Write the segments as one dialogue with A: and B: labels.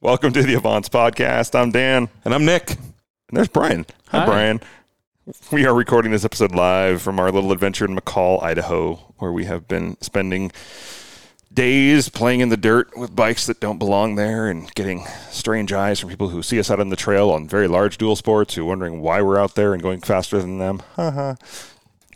A: Welcome to the Avance Podcast. I'm Dan.
B: And I'm Nick.
A: And there's Brian. Hi,
B: Hi.
A: Brian. We are recording this episode live from our little adventure in McCall, Idaho, where we have been spending days playing in the dirt with bikes that don't belong there and getting strange eyes from people who see us out on the trail on very large dual sports who are wondering why we're out there and going faster than them.
B: Uh-huh.
A: Haha.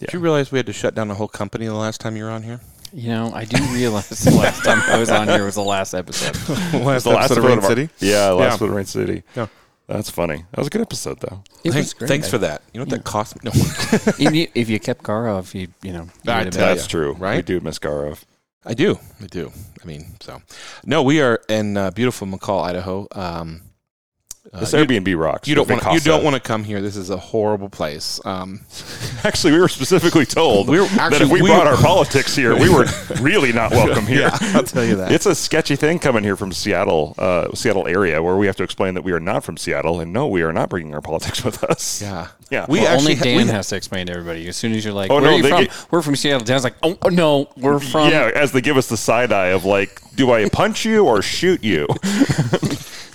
B: Did you realize we had to shut down a whole company the last time you were on here?
C: You know, I do realize the last time I was on here was the last episode.
B: last
A: the last
B: episode of
A: episode
B: Rain
A: of our-
B: City.
A: Yeah, the last
B: Yeah.
A: episode of Rain City.
B: Yeah.
A: That's funny. That was a good episode, though.
C: It
B: Thanks,
C: was great.
B: thanks for that. You know what that cost me? No.
C: If you, if you kept Kara, if you, you know, you
B: I
C: would've
B: tell
C: been-
A: That's
B: ya,
A: true. We
B: right?
A: do miss Garov.
B: I do. I do. I mean, so. No, we are in uh, beautiful McCall, Idaho. Um, uh,
A: This
B: you-
A: Airbnb rocks.
B: you, don't
A: with
B: want you
A: Vacasa.
B: don't want to come here. This is a horrible place. Um,
A: Actually, we were specifically told
B: We were-
A: that
B: actually,
A: if we,
B: we
A: brought
B: were-
A: our politics here, we were really not welcome here.
B: I'll tell you that.
A: It's a sketchy thing coming here from Seattle, uh, Seattle area, where we have to explain that we are not from Seattle, and no, we are not bringing our politics with us.
B: yeah,
A: Yeah.
B: We
A: Well,
C: Well,
B: actually
C: only
B: ha-
C: Dan
B: we-
C: has to explain to everybody. As soon as you're like,
A: Oh,
C: "Where
A: no,
C: are you
A: they
C: from?"
A: get-
C: We're from Seattle. Dan's like, "Oh, oh, no, we're from."
A: yeah. As they give us the side eye of like, do I punch you or shoot you?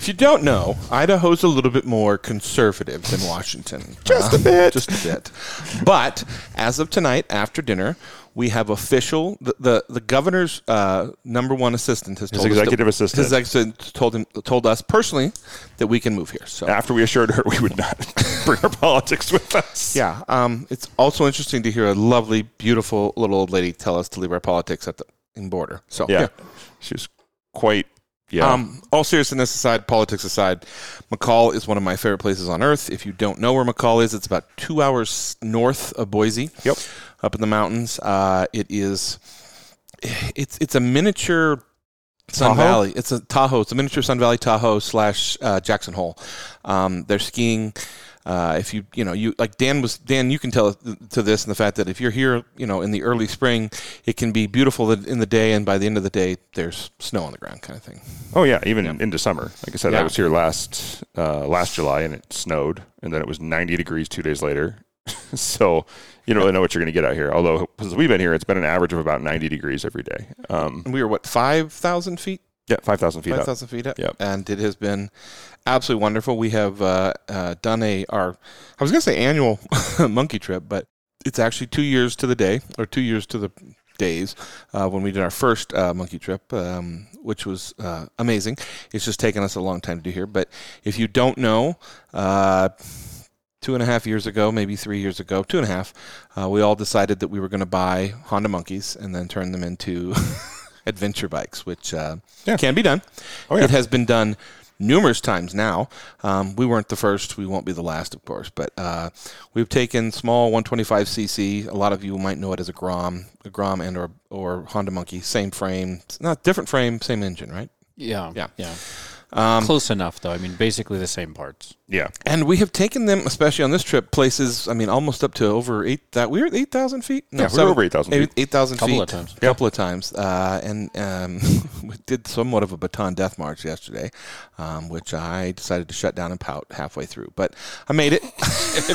B: If you don't know, Idaho's a little bit more conservative than Washington. just a bit. Just a bit. But as of tonight, after dinner, we have official the the, the governor's uh, number one assistant has told
A: executive
B: us that-
A: assistant.
B: His executive told him told us personally that we can move here. So
A: After we assured her we would not bring our politics with us.
B: yeah, um, it's also interesting to hear a lovely, beautiful little old lady tell us to leave our politics at the in border. So
A: Yeah. She was quite. Yeah.
B: Um, all seriousness aside, politics aside, McCall is one of my favorite places on earth. If you don't know where McCall is, it's about two hours north of Boise.
A: Yep.
B: up in the mountains. Uh, it is. It's it's a miniature Sun
A: Tahoe?
B: Valley. It's a Tahoe. It's a miniature Sun Valley Tahoe slash uh, Jackson Hole. Um, they're skiing. Uh, if you you know you like Dan was Dan, you can tell to this and the fact that if you're here, you know in the early spring, it can be beautiful in the day, and by the end of the day, there's snow on the ground, kind of thing.
A: Oh yeah, even into summer. Like I said, I
B: Yeah.
A: was here last uh, last July and it snowed, and then it was 90 degrees two days later. so you don't really know what you're going to get out here. Although since we've been here, it's been an average of about 90 degrees every day. Um,
B: And we were what five thousand feet
A: yeah, 5,000 feet
B: Five
A: up.
B: thousand feet up.
A: Yep.
B: And it has been absolutely wonderful. We have uh, uh, done a our I was going to say annual monkey trip, but it's actually two years to the day or two years to the days uh, when we did our first uh, monkey trip, um, which was uh, amazing. It's just taken us a long time to do here, but if you don't know. Uh, Two and a half years ago, maybe three years ago, two and a half, uh, we all decided that we were going to buy Honda Monkeys and then turn them into adventure bikes, which uh,
A: Yeah.
B: can be done.
A: Oh, yeah.
B: It has been done numerous times now. Um, we weren't the first. We won't be the last, of course. But uh, we've taken small 125cc. A lot of you might know it as a Grom, a Grom and or or Honda Monkey. Same frame, it's not different frame, same engine, right?
C: yeah,
B: Yeah. Um,
C: yeah. Close enough, though. I mean, basically the same parts.
A: Yeah.
B: And we have taken them, especially on this trip, places. I mean, almost up to over eight. That we were at eight thousand feet. No,
A: Yeah, we were over 8,000 feet.
B: Eight thousand feet.
C: Couple of times.
B: Couple of times. Uh, and um, we did somewhat of a baton death march yesterday, um, which I decided to shut down and pout halfway through. But I made it.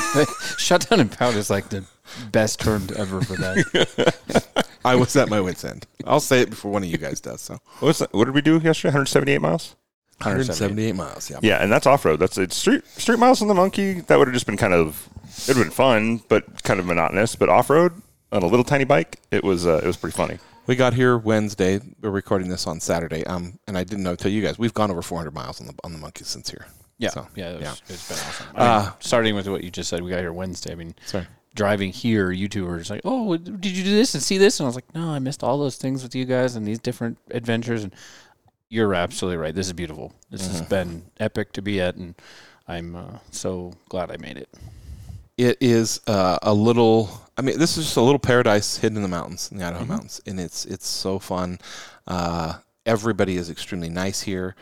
C: Shut down and pout is like the best term ever for that.
B: I was at my wits end. I'll say it before one of you guys does. So
A: What, was that, what did we do yesterday? 178 miles.
B: 178 miles. Yeah.
A: Yeah, and that's off road. That's it's street street miles on the monkey. That would have just been kind of it would have been fun, but kind of monotonous. But off road on a little tiny bike, it was uh, it was pretty funny.
B: We got here Wednesday. We're recording this on Saturday. Um, and I didn't know till you guys. We've gone over 400 miles on the on the monkeys since here.
C: Yeah,
B: So,
C: yeah, it was, It's been awesome. I
B: Uh,
C: mean, starting with what you just said, we got here Wednesday. I mean,
B: Sorry.
C: driving here, you two were just like, "Oh, did you do this and see this?" And I was like, "No, I missed all those things with you guys and these different adventures." And you're absolutely right. This is beautiful. This has been epic to be at, and I'm uh, so glad I made it.
B: it is uh, a little i mean this is just a little paradise hidden in the mountains in the
A: Mm-hmm.
B: idaho mountains and it's it's so fun uh, everybody is extremely nice here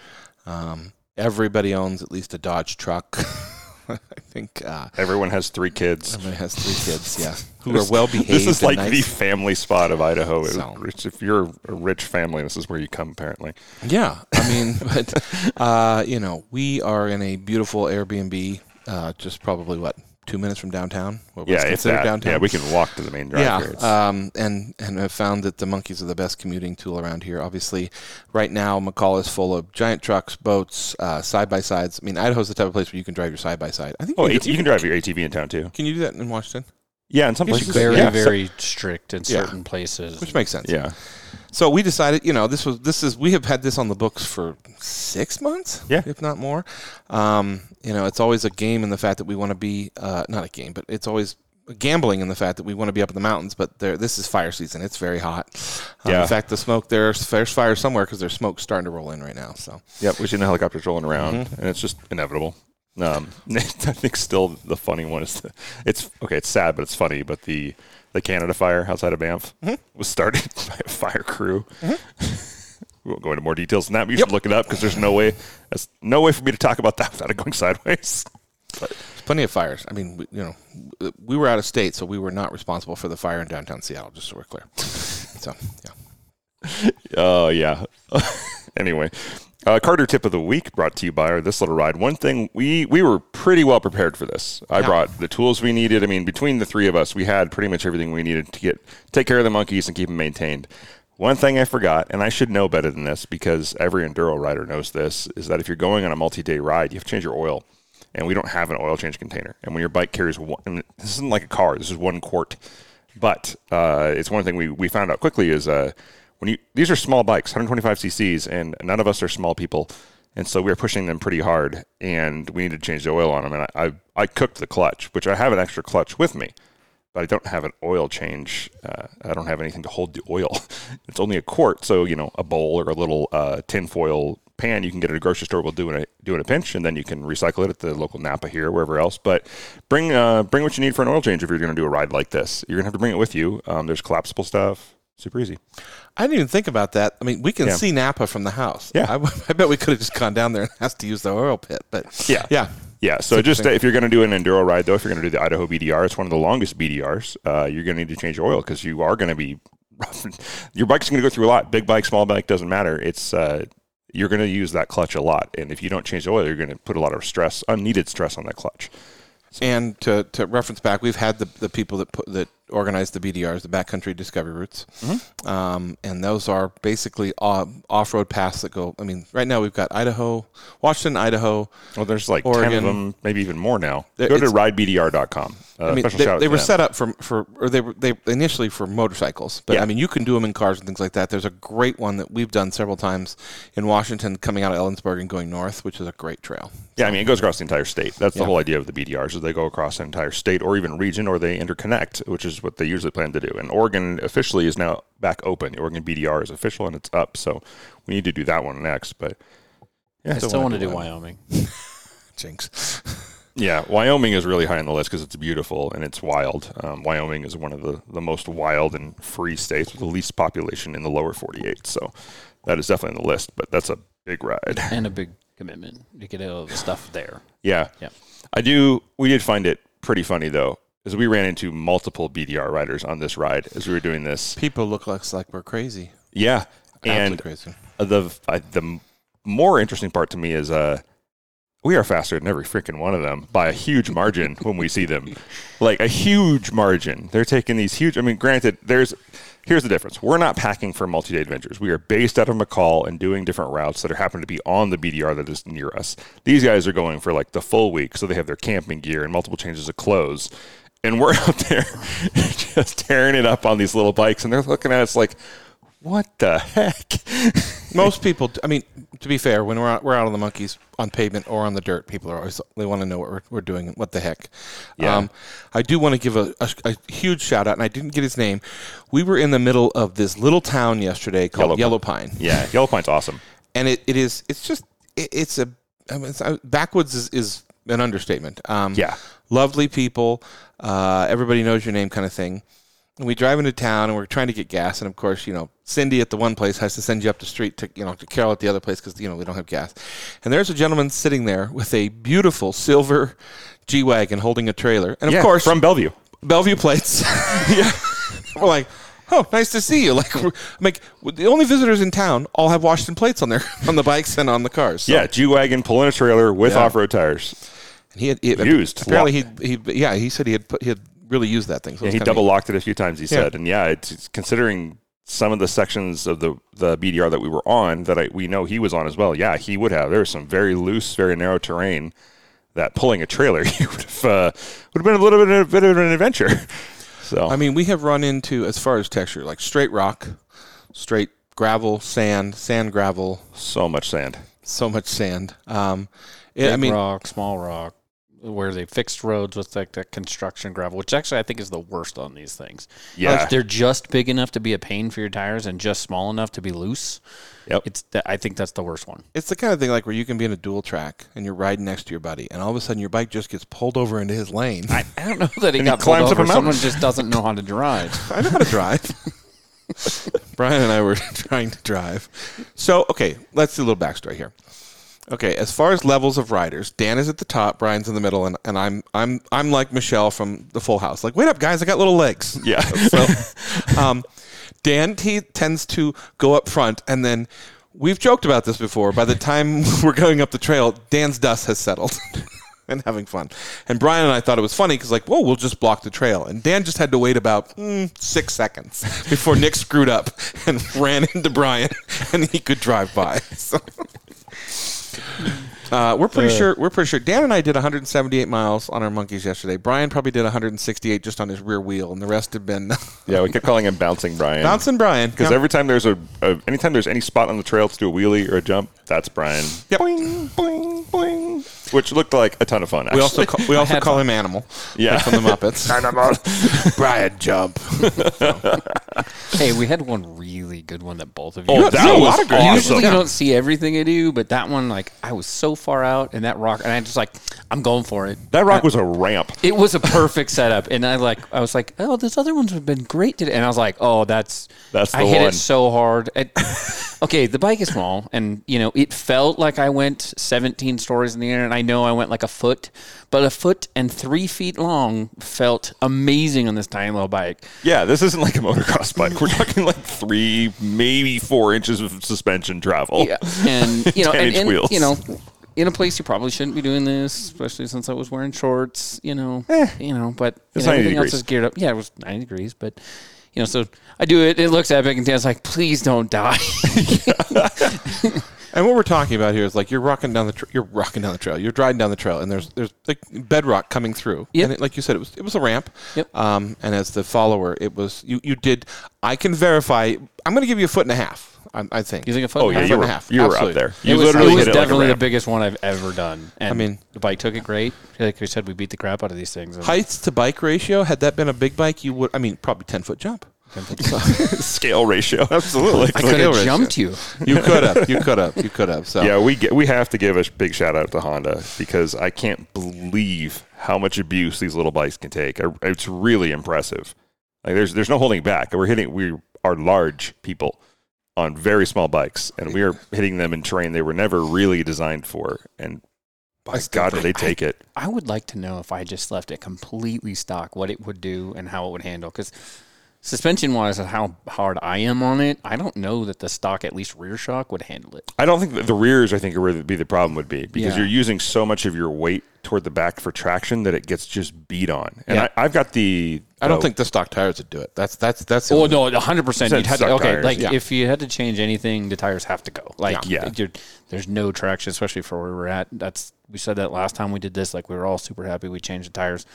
B: um, everybody owns at least a dodge truck i think uh,
A: Everyone has three kids.
B: everybody has three kids yeah who are well behaved
A: This is like
B: and
A: the
B: nice.
A: family spot of Idaho. It-
B: So.
A: it's- If you're a rich family, this is where you come, apparently.
B: yeah i mean but uh, you know we are in a beautiful airbnb uh, just probably what two minutes from downtown. What
A: Yeah, if
B: considered
A: that, yeah, we can walk to the main drive
B: yeah,
A: here. It's-
B: um, and and I've found that the monkeys are the best commuting tool around here. Obviously, right now McCall is full of giant trucks, boats, uh, side by sides. I mean, Idaho's the type of place where you can drive your side by side. I think
A: oh,
B: you,
A: AT, you can drive your ATV in town too.
B: can you do that in Washington,
A: Yeah, in some
B: Yes, you
A: places.
B: could.
C: very
A: yeah, so-
C: very strict in
B: Yeah.
C: certain places.
B: which makes sense.
A: yeah,
B: So we decided, you know, this was this is we have had this on the books for six months,
A: Yeah.
B: if not more. Um, you know, it's always a game in the fact that we want to be uh, not a game, but it's always gambling in the fact that we want to be up in the mountains. But there, this is fire season; it's very hot. Um,
A: Yeah.
B: In fact, the smoke there's there's fire somewhere because there's smoke starting to roll in right now. So
A: yeah. We've seen the helicopters rolling around, and it's just inevitable. Um, I think still the funny one is the, it's okay. It's sad, but it's funny. But the the Canada fire outside of Banff was started by a fire crew. we won't go into more details than that. But you should look it up because there's no way there's no way for me to talk about that without it going sideways.
B: there's plenty of fires. I mean, we, you know, w- we were out of state, so we were not responsible for the fire in downtown Seattle. Just so we're clear. so yeah.
A: Oh, yeah. anyway, uh, Carter tip of the week brought to you by our This Little Ride. One thing we, we were pretty well prepared for this. I brought the tools we needed. I mean, between the three of us, we had pretty much everything we needed to get take care of the monkeys and keep them maintained. One thing I forgot, and I should know better than this because every enduro rider knows this, is that if you're going on a multi-day ride, you have to change your oil. And we don't have an oil change container. And when your bike carries one, and this isn't like a car. This is one quart. But uh, it's one thing we, we found out quickly is uh, when you these are small bikes, 125 cc's, and none of us are small people, and so we were pushing them pretty hard, and we needed to change the oil on them. And I I, I cooked the clutch, which I have an extra clutch with me, but I don't have an oil change. Uh, I don't have anything to hold the oil. it's only a quart, so you know a bowl or a little uh, tinfoil pan you can get at a grocery store will do in a do in a pinch, and then you can recycle it at the local Napa here, wherever else. But bring uh, bring what you need for an oil change if you're going to do a ride like this. You're going to have to bring it with you. Um, there's collapsible stuff. Super easy.
B: I didn't even think about that. I mean, we can
A: Yeah.
B: see Napa from the house.
A: Yeah.
B: I, I bet we could have just gone down there and asked to use the oil pit. But
A: Yeah.
B: yeah,
A: Yeah, so just uh, if you're going to do an enduro ride, though, if you're going to do the Idaho BDR, it's one of the longest BDRs. Uh, you're going to need to change your oil because you are going to be your bike's going to go through a lot. Big bike, small bike, doesn't matter. It's uh, you're going to use that clutch a lot, and if you don't change the oil, you're going to put a lot of stress, unneeded stress on that clutch.
B: And to, to reference back, we've had the, the people that put, that organize the BDRs, the Backcountry Discovery Routes,
A: Mm-hmm.
B: um, and those are basically off road paths that go. I mean, right now we've got Idaho, Washington, Idaho.
A: Well, there's like ten of
B: Oregon.
A: them, maybe even more now.
B: There-
A: Go to
B: it's-
A: ridebdr.com. Uh,
B: I mean,
A: special
B: they,
A: shout out
B: they
A: to
B: were
A: them.
B: set up for for or they were they initially for motorcycles, but
A: Yeah.
B: I mean, you can do them in cars and things like that. There's a great one that we've done several times in Washington, coming out of Ellensburg and going north, which is a great trail.
A: Yeah, I mean, it goes across the entire state. That's the
B: Yeah.
A: whole idea of the BDRs is they go across an entire state or even region, or they interconnect, which is what they usually plan to do. And Oregon officially is now back open. The Oregon BDR is official and it's up, so we need to do that one next. But yeah,
C: I still want to do Wyoming.
B: Jinx.
A: Yeah, Wyoming is really high on the list because it's beautiful and it's wild. Um, Wyoming is one of the, the most wild and free states with the least population in the lower 48. So that is definitely on the list, but that's a big ride.
C: and a big commitment to get all the stuff there.
A: Yeah.
C: Yeah.
A: I do. We did find it pretty funny though, as we ran into multiple BDR riders on this ride as we were doing this.
B: People look like, like we're crazy.
A: Yeah,
B: Absolutely
A: and
B: crazy.
A: the I, the more interesting part to me is uh, we are faster than every freaking one of them by a huge margin when we see them, like a huge margin. They're taking these huge. I mean, granted, there's here's the difference. We're not packing for multi-day adventures. We are based out of McCall and doing different routes that are happen to be on the BDR that is near us. These guys are going for like the full week, so they have their camping gear and multiple changes of clothes. And we're out there just tearing it up on these little bikes, and they're looking at us like, "What the heck?"
B: Most people, I mean, to be fair, when we're out, we're out on the monkeys on pavement or on the dirt, people are always they want to know what we're, we're doing. and What the heck? Um,
A: Yeah.
B: I do want to give a, a, a huge shout out, and I didn't get his name. We were in the middle of this little town yesterday called
A: Yellow
B: Yellow Pine.
A: Yeah, Yellow Pine's awesome.
B: and it, it is it's just it, it's a I mean, it's, I, backwoods is, is an understatement. Um,
A: Yeah.
B: lovely people, uh, everybody knows your name, kind of thing. And we drive into town and we're trying to get gas, and of course, you know, Cindy at the one place has to send you up the street to you know to Carol at the other place because you know we don't have gas. And there's a gentleman sitting there with a beautiful silver G wagon holding a trailer, and of
A: Yeah,
B: course
A: from Bellevue.
B: Bellevue plates. yeah. We're like, oh, nice to see you. Like, we're, I'm like the only visitors in town all have Washington plates on their on the bikes and on the cars. So-
A: Yeah, G wagon pulling a trailer with
B: Yeah.
A: off road tires.
B: He had, he had-
A: Used.
B: Apparently, he he yeah. He said he had put, he had really used that thing. So
A: Yeah,
B: it's
A: he
B: kinda
A: double locked it a few times. He
B: Yeah.
A: said, and yeah, it's, it's considering some of the sections of the the BDR that we were on that I, we know he was on as well. Yeah, he would have. There was some very loose, very narrow terrain that pulling a trailer you would have uh, would have been a little bit, a bit of an adventure. So
B: I mean, we have run into as far as texture, like straight rock, straight gravel, sand, sand gravel,
A: so much sand.
B: so much sand. Um, it-
C: Big
B: I mean,
C: rock, small rock, where they fixed roads with like the construction gravel, which actually I think is the worst on these things.
A: Yeah.
C: Like, they're just big enough to be a pain for your tires and just small enough to be loose.
A: Yep.
C: It's th- I think that's the worst one.
B: it's the kind of thing like where you can be in a dual track and you're riding next to your buddy, and all of a sudden your bike just gets pulled over into his lane. I,
C: I don't know that he
A: And he
C: got pulled
A: climbs up a
C: over. Someone
A: mountain.
C: just doesn't know how to drive.
B: know how to drive. Brian and I were trying to drive. So, okay, let's do a little backstory here. Okay, as far as levels of riders, Dan is at the top, Brian's in the middle, and, and I'm I'm I'm like Michelle from the Full House. Like, wait up, guys, I got little legs.
A: Yeah.
B: So, um, Dan he tends to go up front, and then we've joked about this before. By the time we're going up the trail, Dan's dust has settled and having fun. And Brian and I thought it was funny because, like, whoa, we'll just block the trail. And Dan just had to wait about mm, six seconds before Nick screwed up and ran into Brian, and he could drive by. So. Uh, we're pretty sure. We're pretty sure. Dan and I did 178 miles on our monkeys yesterday. Brian probably did 168 just on his rear wheel, and the rest have been
A: Yeah, we kept calling him bouncing Brian.
B: bouncing Brian
A: because every time there's a, a anytime there's any spot on the trail to do a wheelie or a jump, that's Brian.
B: Yep.
A: Boing, boing, boing. Which looked like a ton of fun. Actually.
B: we also call, we also call him Animal.
A: Yeah.
B: like from the Muppets. Brian jump.
C: hey, we had one really good one that both of you.
A: Oh, that
B: Yeah, a
A: was
B: lot of great-
A: awesome.
C: Usually you don't see everything I do, but that one, like, I was so far out, and that rock, and I just like, I'm going for it.
A: That rock was a ramp.
C: It was a perfect setup, and I like. I was like, "Oh, this other ones have been great today," and I was like, "Oh, that's
A: That's
C: I
A: the
C: hit
A: one.
C: it so hard. It- okay, the bike is small, and you know it felt like I went 17 stories in the air, and I know I went like a foot, but a foot and three feet long felt amazing on this tiny little bike.
A: Yeah, this isn't like a motocross bike. We're talking like three, maybe four inches of suspension travel.
C: Yeah, and you know,
A: 10
C: and,
A: inch
C: and,
A: wheels.
C: you know, in a place you probably shouldn't be doing this, especially since I was wearing shorts. You know, you know, but you
A: Eh. It's
C: know,
A: 90
C: everything
A: degrees.
C: else is geared up. Yeah, it was ninety degrees, but you know, so I do it. It looks epic, and Dan's like, "Please don't die."
B: And what we're talking about here is like you're rocking down the tr you're rocking down the trail. You're driving down the trail, and there's there's like bedrock coming through.
C: Yep.
B: And it, like you said, it was it was a ramp.
C: Yep.
B: Um, and as the follower, it was you you did. I can verify. I'm going to give you a foot and a half. I, I think.
C: you think a foot?
A: Oh
C: and
A: yeah,
C: a
A: you
B: and
A: were
B: a half,
A: you were up
B: absolutely.
A: there.
C: It
A: You
C: was,
A: literally
C: it was
A: hit it like
C: definitely
A: a
C: the
A: ramp.
C: biggest one I've ever done. And I
B: mean-
C: mean, the bike took it great. Like we said, we beat the crap out of these things. and-
B: Heights to bike ratio. Had that been a big bike, you would. I mean, probably ten foot jump.
A: scale ratio. Absolutely.
C: I could have
B: Hilarious,
C: jumped you.
B: You could have. You could have. You could have.
C: Oh.
B: So
A: yeah, we get, we have to give a big shout out to Honda because I can't believe how much abuse these little bikes can take. I- It's really impressive. Like there's there's no holding back. We're hitting we are large people on very small bikes, and we are hitting them in terrain they were never really designed for. And by God, do they take it?
C: I would like to know if I just left it completely stock, what it would do and how it would handle. Because suspension wise, and how hard I am on it, I don't know that the stock, at least rear shock, would handle it.
A: I don't think that the rears. I think are where the, be the problem would be because
C: Yeah.
A: you're using so much of your weight toward the back for traction that it gets just beat on. And
C: Yeah.
A: I, I've got the.
B: I don't
A: uh,
B: think the stock tires would do it. That's that's that's. the
C: Oh
B: only-
C: no, hundred percent.
A: Said
C: You'd have to,
A: stock
C: okay,
A: tires,
C: like
A: yeah.
C: if you had to change anything, the tires have to go. Like
A: Yeah. Yeah.
C: you're- there's no traction, especially for where we're at. That's we said that last time we did this. Like we were all super happy we changed the tires,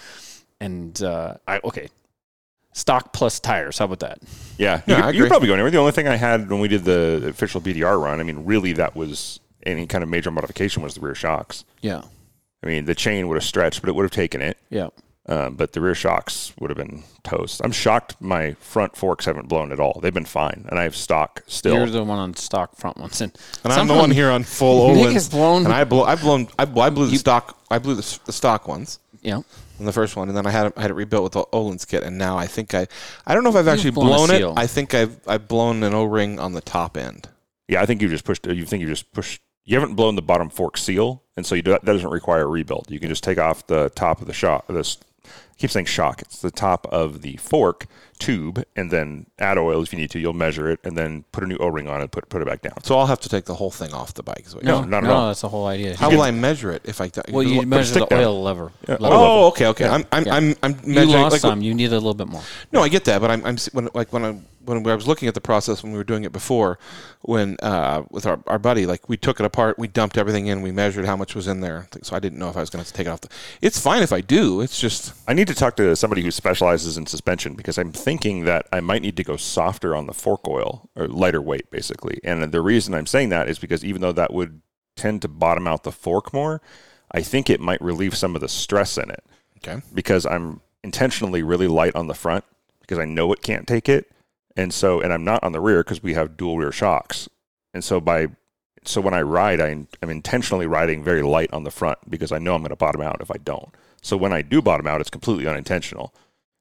C: and uh, I okay, stock plus tires. How about that?
A: Yeah, you're,
B: Yeah, I
A: you're
B: agree.
A: probably going anywhere. The only thing I had when we did the official BDR run, I mean, really, that was any kind of major modification was the rear shocks.
C: Yeah,
A: I mean, the chain would have stretched, but it would have taken it.
C: yeah.
A: Um, but the rear shocks would have been toast. I'm shocked my front forks haven't blown at all. They've been fine, and I have stock still.
C: You're the one on stock front ones, and,
B: And I'm the one here on full
C: Nick
B: Olin.
C: is blown.
B: And I blow. I blown. I, I blew the stock. I blew the, s- the stock ones.
C: Yeah,
B: on the first one, and then I had it, I had it rebuilt with the Olin's kit, and now I think I, I don't know if I've actually
C: blown a
B: blown, it.
C: seal.
B: I think I've I've blown an O ring on the top end.
A: yeah, I think you just pushed. You think you just pushed. You haven't blown the bottom fork seal, and so you do, that doesn't require a rebuild. You can just take off the top of the shock. This I keep saying shock. It's the top of the fork tube, and then add oil if you need to. You'll measure it, and then put a new O ring on it. Put put it back down.
B: So I'll have to take the whole thing off the bike. Is what you're
A: No,
B: saying.
A: not at
C: no,
A: all.
C: that's the whole idea.
B: How will I measure it if I?
C: well, you measure
A: stick
C: the
A: down.
C: oil lever. level.
B: Oh, okay, okay. I'm, I'm,
C: Yeah.
B: I'm, I'm
C: You
B: measuring.
C: lost
B: like,
C: some. You need a little bit more.
B: No, I get that, but I'm, I'm s- when, like when I when I was looking at the process when we were doing it before, when uh, with our, our buddy, like we took it apart, we dumped everything in, we measured how much was in there. So I didn't know if I was going to take it off. The, it's fine if I do. It's just
A: I need to talk to somebody who specializes in suspension because I'm thinking that I might need to go softer on the fork oil or lighter weight, basically. And the reason I'm saying that is because even though that would tend to bottom out the fork more, I think it might relieve some of the stress in it
B: okay.
A: because I'm intentionally really light on the front because I know it can't take it. And so, and I'm not on the rear because we have dual rear shocks. And so, by so when I ride, I, I'm intentionally riding very light on the front because I know I'm going to bottom out if I don't. So when I do bottom out, it's completely unintentional.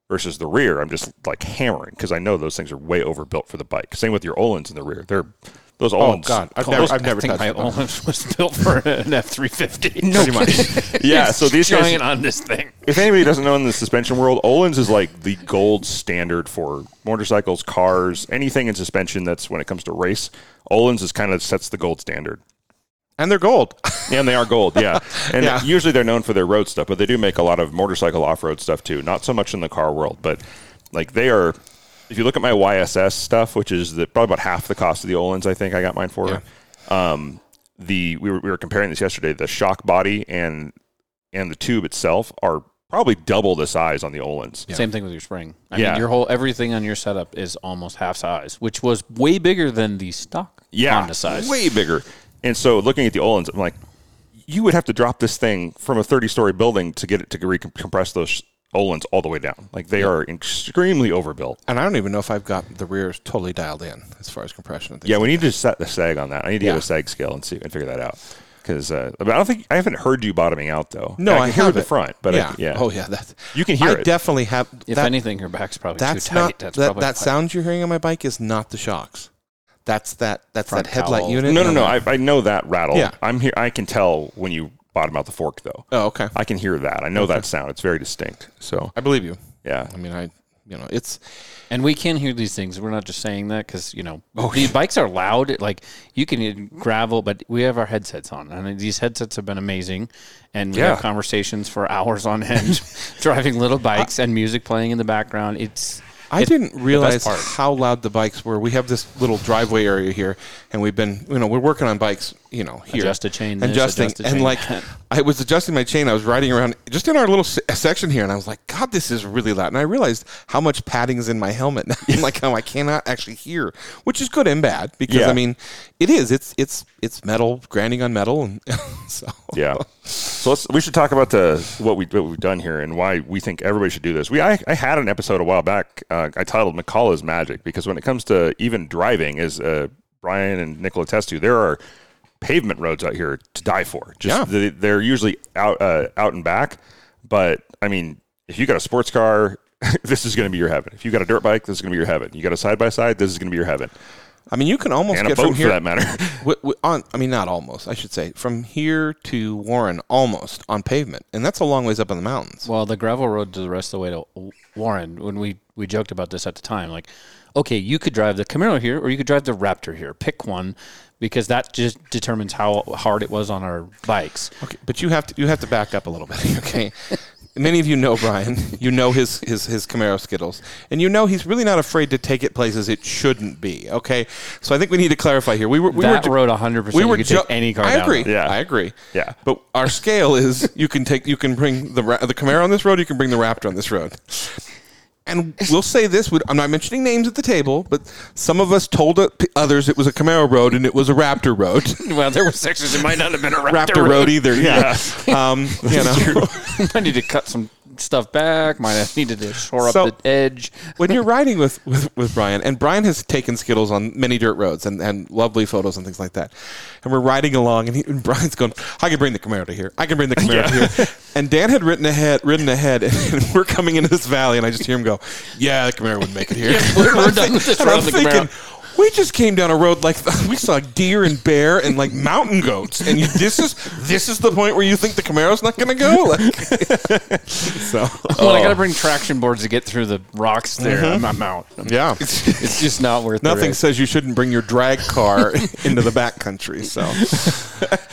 A: Versus the rear, I'm just like hammering because I know those things are way overbuilt for the bike. Same with your Olins in the rear; they're those Olins.
B: Oh, God. I've
A: those-
B: never- I've never
C: I think
B: touched
C: my
B: it.
C: own was built for an F three fifty.
B: Pretty much.
A: yeah. So these guys,
C: giant on this thing.
A: if anybody doesn't know in the suspension world, Olin's is like the gold standard for motorcycles, cars, anything in suspension that's when it comes to race. Olin's is kind of sets the gold standard.
B: and they're gold.
A: Yeah, and they are gold, yeah. And
B: Yeah.
A: usually they're known for their road stuff, but they do make a lot of motorcycle off road stuff too. Not so much in the car world, but like they are. If you look at my YSS stuff, which is the, probably about half the cost of the Olin's, I think I got mine for. Um, the we were, we were comparing this yesterday. The shock body and and the tube itself are probably double the size on the Olin's.
C: Same thing with your spring. I
A: Yeah.
C: mean, your whole everything on your setup is almost half size, which was way bigger than the stock
A: yeah,
C: Honda size.
A: way bigger. And so looking at the Olins, I'm like, you would have to drop this thing from a 30 story building to get it to recompress those Olins all the way down. Like they are extremely overbuilt.
B: And I don't even know if I've got the rears totally dialed in as far as compression. And things.
A: Yeah, we need to set the sag on that. I need to
B: Yeah.
A: get a sag scale and see and figure that out. Because uh, but I don't think I haven't heard you bottoming out though.
B: No,
A: I,
B: I
A: can hear
B: have
A: the
B: it.
A: front, but
B: yeah.
A: I, yeah.
B: Oh yeah. That's,
A: You can hear
B: I
A: it.
B: definitely have.
C: If
B: that-
C: anything, your back's probably
B: that's
C: too tight.
B: not
C: that's
B: that,
C: probably
B: that
C: why-
B: sound you're hearing on my bike is not the shocks. That's that that's
C: Front
B: that headlight
C: cowl.
B: unit.
A: no, no,
B: and
A: no.
B: the-
A: I, I know that rattle.
B: Yeah.
A: I'm here. I can tell when you bottom out the fork though.
B: oh, okay.
A: I can hear that. I know that sound. It's very distinct. So
B: I believe you.
A: yeah,
B: I mean, I you know, it's
C: And we can hear these things. We're not just saying that because you know
B: Oh,
C: these bikes are loud. Like you can in gravel, but we have our headsets on, and these headsets have been amazing. And we
A: Yeah.
C: have conversations for hours on end, driving little bikes and music playing in the background. It's
B: I
C: it's
B: didn't realize
C: part.
B: how loud the bikes were. We have this little driveway area here, and we've been, you know, we're working on bikes, you know, here.
C: Adjust a chain this,
B: adjusting,
C: adjust a
B: and
C: chain
B: like
C: that.
B: I was adjusting my chain. I was riding around just in our little se- section here, and I was like, God, this is really loud. And I realized how much padding is in my helmet. Now. I'm like, oh, I cannot actually hear, which is good and bad because
A: Yeah.
B: I mean, it is. It's it's it's metal grinding on metal, and so
A: Yeah. So let's we should talk about the what we what we've done here and why we think everybody should do this. We I, I had an episode a while back. Uh, I titled "McCall is Magic" because when it comes to even driving, as uh, Brian and Nicola attest to, there are pavement roads out here to die for. Just
B: Yeah.
A: they, they're usually out uh, out and back. But I mean, if you got a sports car, this is going to be your heaven. If you got a dirt bike, this is going to be your heaven. You got a side by side, this is going to be your heaven,
B: I mean, you can almost
A: and a
B: get from
A: boat
B: here
A: for that matter.
B: Wi- wi- on, I mean, not almost. I should say from here to Warren, almost on pavement, and that's a long ways up in the mountains.
C: Well, the gravel road to the rest of the way to W- Warren, when we, we joked about this at the time, like, okay, you could drive the Camaro here or you could drive the Raptor here. Pick one because that just determines how hard it was on our bikes.
B: Okay, but you have to you have to back up a little bit. Okay, many of you know Brian. You know his his his Camaro Skittles, and you know he's really not afraid to take it places it shouldn't be. Okay, so I think we need to clarify here. We were we
C: that
B: were. ju-
C: road 100%.
B: we
C: you
B: were
C: could
B: ju-
C: take any car
B: I
C: down
B: agree.
C: that.
A: Yeah.
B: I agree.
A: Yeah.
B: But our scale is you can take you can bring the Ra- the Camaro on this road, you can bring the Raptor on this road. And we'll say this: we- I'm not mentioning names at the table, but some of us told o- others it was a Camaro road and it was a Raptor road.
C: Well, there were sections it might not have been a Raptor,
B: Raptor road,
C: road.
B: either. Yeah. um, you know,
C: I need to cut some stuff back. Might have needed to shore up
B: So-
C: the edge.
B: when you're riding with, with, with Brian, and Brian has taken Skittles on many dirt roads and, and lovely photos and things like that. And we're riding along, and, he, and Brian's going, I can bring the Camaro to here. I can bring the Camaro to here. And Dan had ridden ahead, ridden ahead, and, we're coming into this valley, and I just hear him go, Yeah, the Camaro would make it here.
C: We're, we're done with this
B: And
C: road
B: I'm
C: on the
B: thinking,
C: Camaro.
B: We just came down a road like we saw deer and bear and like mountain goats, and you, this is this is the point where you think the Camaro's not going to go. Like, so
C: Well, I got to bring traction boards to get through the rocks there.
A: Mm-hmm.
C: I'm, I'm out.
B: yeah,
C: It's just not worth the
B: nothing
C: risk.
B: says you shouldn't bring your drag car into the back country. So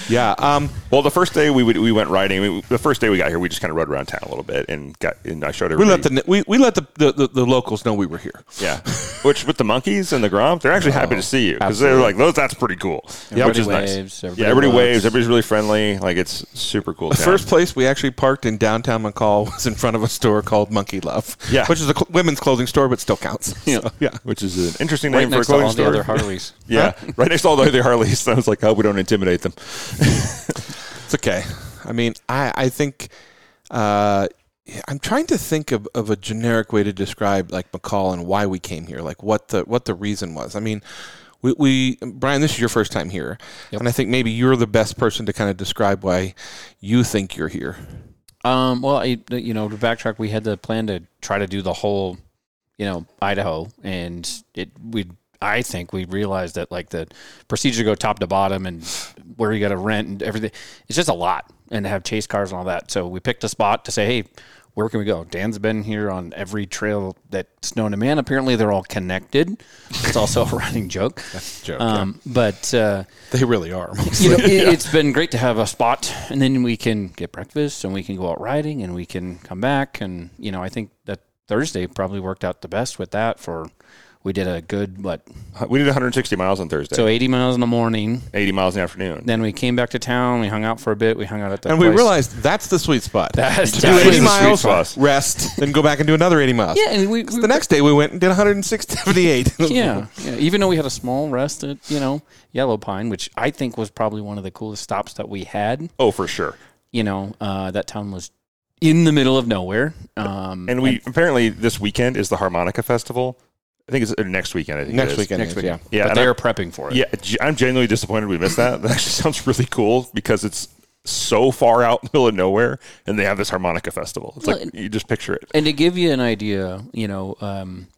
B: yeah, um,
A: Well, the first day we would, we went riding. We, the first day we got here, we just kind of rode around town a little bit and got and I showed
B: we
A: everybody.
B: let the we, we let the, the, the, the locals know we were here.
A: yeah, which with the monkeys and the grump, they're actually
B: Oh,
A: happy to see you because they're like, "Those, that's pretty cool." Yeah, which
C: Everybody
A: is nice.
C: waves, everybody
A: yeah, everybody
C: looks.
A: waves. Everybody's really friendly. Like it's super cool.
B: The first place we actually parked in downtown McCall was in front of a store called Monkey Love,
A: Yeah.
B: which is a cl- women's clothing store, but still counts.
A: yeah.
B: So,
A: yeah, which is an interesting
C: Right
A: name for a
C: next to all
A: clothing
C: the
A: store.
C: other Harleys.
A: yeah, right next to all the other Harleys. I was like, "Oh, we don't intimidate them."
B: It's okay. I mean, I, I think uh, I'm trying to think of, of a generic way to describe like McCall and why we came here, like what the what the reason was. I mean, we, we Brian, this is your first time here, and I think maybe you're the best person to kind of describe why you think you're here.
C: Um, well, I, you know, to backtrack, we had the plan to try to do the whole, you know, Idaho, and it we I think we realized that like the procedure to go top to bottom and where you got to rent and everything, it's just a lot, and to have chase cars and all that. So we picked a spot to say, hey, where can we go? Dan's been here on every trail that's known to man. Apparently, they're all connected. It's also a running joke. That's a
B: joke,
C: Um, But. Uh,
B: They really are.
C: you know, it, it's been great to have a spot, and then we can get breakfast, and we can go out riding, and we can come back, and you know, I think that Thursday probably worked out the best with that. For we did a good what,
A: Uh, We did 160 miles on Thursday,
C: so eighty miles in the morning.
A: 80 miles in the afternoon.
C: Then we came back to town. We hung out for a bit. We hung out at the
B: and we realized that's the sweet spot.
C: That's
B: do
C: definitely
B: 80
A: the sweet
B: miles,
A: spot.
B: rest, then go back and do another 80 miles.
C: yeah, and we, we
B: The next day we went and did 178.
C: yeah, yeah. Even though we had a small rest at you know Yellow Pine, which I think was probably one of the coolest stops that we had.
A: Oh, for sure.
C: You know, uh, that town was in the middle of nowhere. Um,
A: And we apparently this weekend is the harmonica festival. I think it's uh, next weekend. I think it
B: Next
A: is.
B: weekend.
C: next
B: is,
C: week, yeah,
A: Yeah,
C: but
A: and
C: they
A: I-
C: are prepping for it.
A: Yeah, g- I'm genuinely disappointed we missed that. That actually sounds really cool because it's so far out in the middle of nowhere, and they have this harmonica festival. It's
C: Well,
A: like you just picture it.
C: And to give you an idea, you know, um,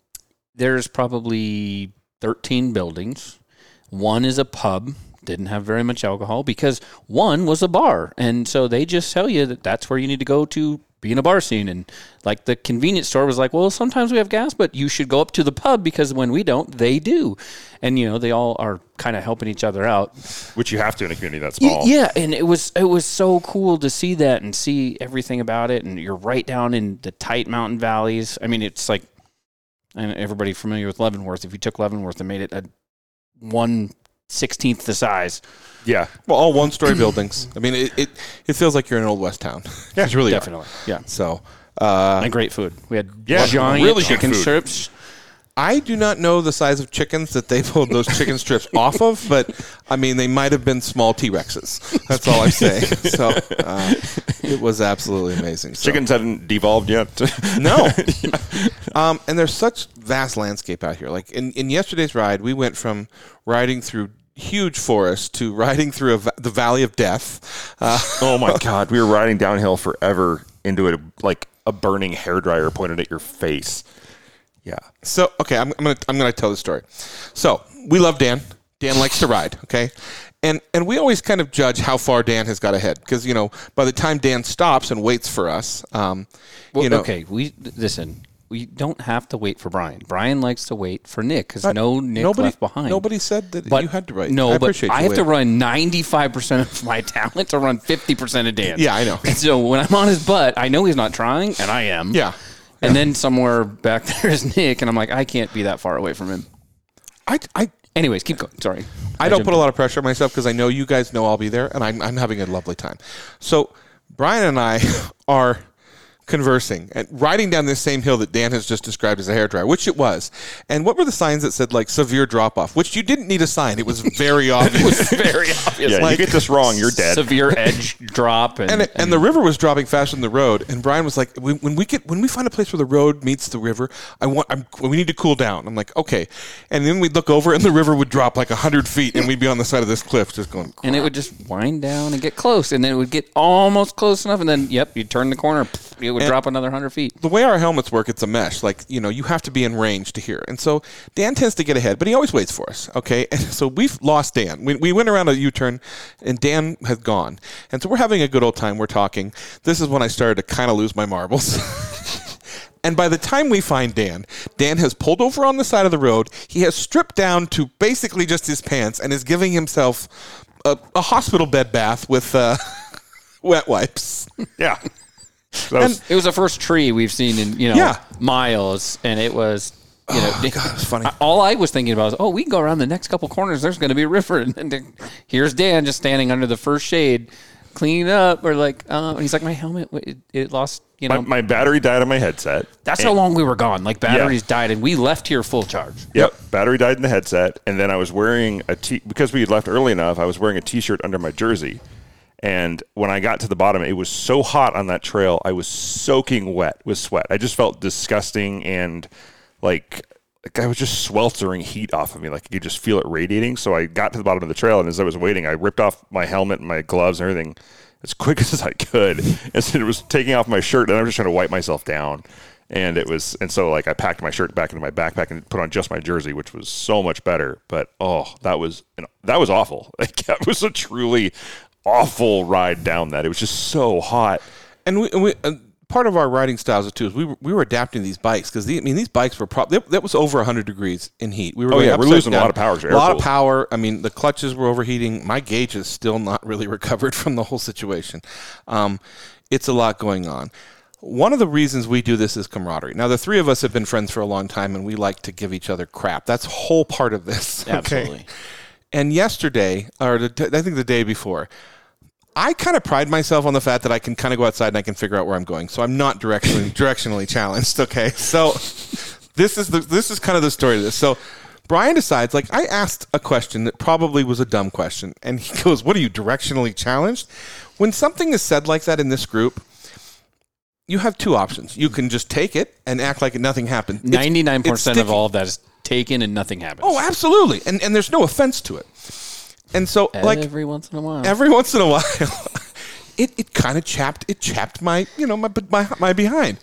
C: there's probably 13 buildings. One is a pub, didn't have very much alcohol because one was a bar. And so they just tell you that that's where you need to go to be in a bar scene. And like the convenience store was like, well, sometimes we have gas, but you should go up to the pub because when we don't, they do. And, you know, they all are kind of helping each other out.
A: Which you have to in a community that
C: Y-
A: small.
C: Yeah, and it was it was so cool to see that and see everything about it. And you're right down in the tight mountain valleys. I mean, it's like, and everybody familiar with Leavenworth. If you took Leavenworth and made it a one sixteenth the size,
A: Yeah.
B: Well, all one-story buildings. I mean, it, it, it feels like you're in an old West town. Yeah, it's really are.
C: definitely, yeah.
B: So, uh,
C: And great food. We had
A: Yeah,
C: giant
A: really good
C: chicken
A: food.
C: strips.
B: I do not know the size of chickens that they pulled those chicken strips off of, but I mean, they might have been small T-Rexes. That's all I'm saying. So, uh, it was absolutely amazing. So-
A: Chickens haven't devolved yet.
B: No. um, and there's such vast landscape out here. Like in, in yesterday's ride, we went from riding through huge forests to riding through a, va- the valley of death. Uh,
A: oh my god, we were riding downhill forever into a like a burning hairdryer pointed at your face. Yeah.
B: so okay, I'm, I'm gonna I'm gonna tell the story. So we love Dan. Dan likes to ride. Okay. And, and we always kind of judge how far Dan has got ahead because you know by the time Dan stops and waits for us, um,
C: Well,
B: you know,
C: okay, we listen. We don't have to wait for Brian. Brian likes to wait for Nick because no Nick
B: nobody
C: left behind.
B: Nobody said that you had to ride.
C: No,
B: I
C: but
B: appreciate
C: I
B: you
C: have to
B: waiting.
C: run ninety five percent of my talent to run fifty percent of Dan's.
B: Yeah, I know.
C: And so when I'm on his butt, I know he's not trying, and I am.
B: Yeah.
C: And then somewhere back there is Nick, and I'm like, I can't be that far away from him.
B: I, I
C: Anyways, keep going. Sorry.
B: I don't put a lot of pressure on myself because I know you guys know I'll be there and I'm, I'm having a lovely time. So Brian and I are conversing and riding down this same hill that Dan has just described as a hairdryer, which it was. And what were the signs that said like severe drop off, which you didn't need a sign. It was very obvious.
C: Very obvious.
A: Yeah,
B: like-
A: you get this wrong, you're dead.
C: Severe edge drop and,
B: And, and the river was dropping faster than the road. And Brian was like, when, when we get when we find a place where the road meets the river, I want I'm, we need to cool down. I'm like, okay. And then we'd look over and the river would drop like hundred feet, and we'd be on the side of this cliff just going.
C: and it would just wind down and get close, and then it would get almost close enough, and then yep, you turn the corner. it
B: And-
C: would drop another hundred feet.
B: the way our helmets work, it's a mesh. Like, you know, you have to be in range to hear. And so Dan tends to get ahead, but he always waits for us. Okay. And so we've lost Dan. We, we went around a U turn and Dan has gone. And so we're having a good old time. We're talking. This is when I started to kind of lose my marbles. And by the time we find Dan, Dan has pulled over on the side of the road. He has stripped down to basically just his pants and is giving himself a, a hospital bed bath with uh, wet wipes.
A: Yeah. That was-
B: And-
C: It was the first tree we've seen in you know
B: Yeah. Oh,
C: miles, and it was you know
B: God, it's funny.
C: I- all I was thinking about was oh we can go around the next couple corners. There's going to be a river, and then there- here's Dan just standing under the first shade, cleaning up. Or like um, and he's like my helmet it, it lost you
A: my,
C: know.
A: my battery died on my headset.
C: that's
A: And-
C: how long we were gone. Like batteries died, and we left here full charge.
A: Yep. Battery died in the headset, and then I was wearing a t because we had left early enough. I was wearing a t-shirt under my jersey, and when I got to the bottom, it was so hot on that trail. I was soaking wet with sweat. I just felt disgusting and like. like I was just sweltering heat off of me, like you could just feel it radiating. So I got to the bottom of the trail, and as I was waiting, I ripped off my helmet and my gloves and everything as quick as I could. And so it was taking off my shirt, and I was just trying to wipe myself down and it was and so like I packed my shirt back into my backpack and put on just my jersey, which was so much better. But oh, that was an, that was awful. Like that was a truly awful ride down that. It was just so hot.
B: And we, and we uh, part of our riding styles too is we were, we were adapting these bikes because I mean these bikes were probably that was over 100 degrees in heat. We were going
A: Oh, yeah, we're
B: upside
A: losing a
B: down.
A: lot of power to
B: A lot
A: air-cooled.
B: of power. I mean the clutches were overheating. My gauge is still not really recovered from the whole situation. Um, it's a lot going on. One of the reasons we do this is camaraderie. Now the three of us have been friends for a long time and we like to give each other crap. That's whole part of this. okay?
C: Absolutely.
B: And yesterday, or the, t- I think the day before, I kind of pride myself on the fact that I can kind of go outside and I can figure out where I'm going. So I'm not directionally directionally challenged. Okay, so this is the this is kind of the story of this. So Brian decides like I asked a question that probably was a dumb question, and he goes, "What are you directionally challenged?" When something is said like that in this group. You have two options. You can just take it and act like nothing happened. It's-
C: Ninety nine
B: it's
C: percent of
B: sticky.
C: all of that is taken, and nothing happens.
B: Oh, absolutely. And and there's no offense to it. And so like
C: every once in a while.
B: every once in a while, it, it kind of chapped it chapped my you know my my, my behind.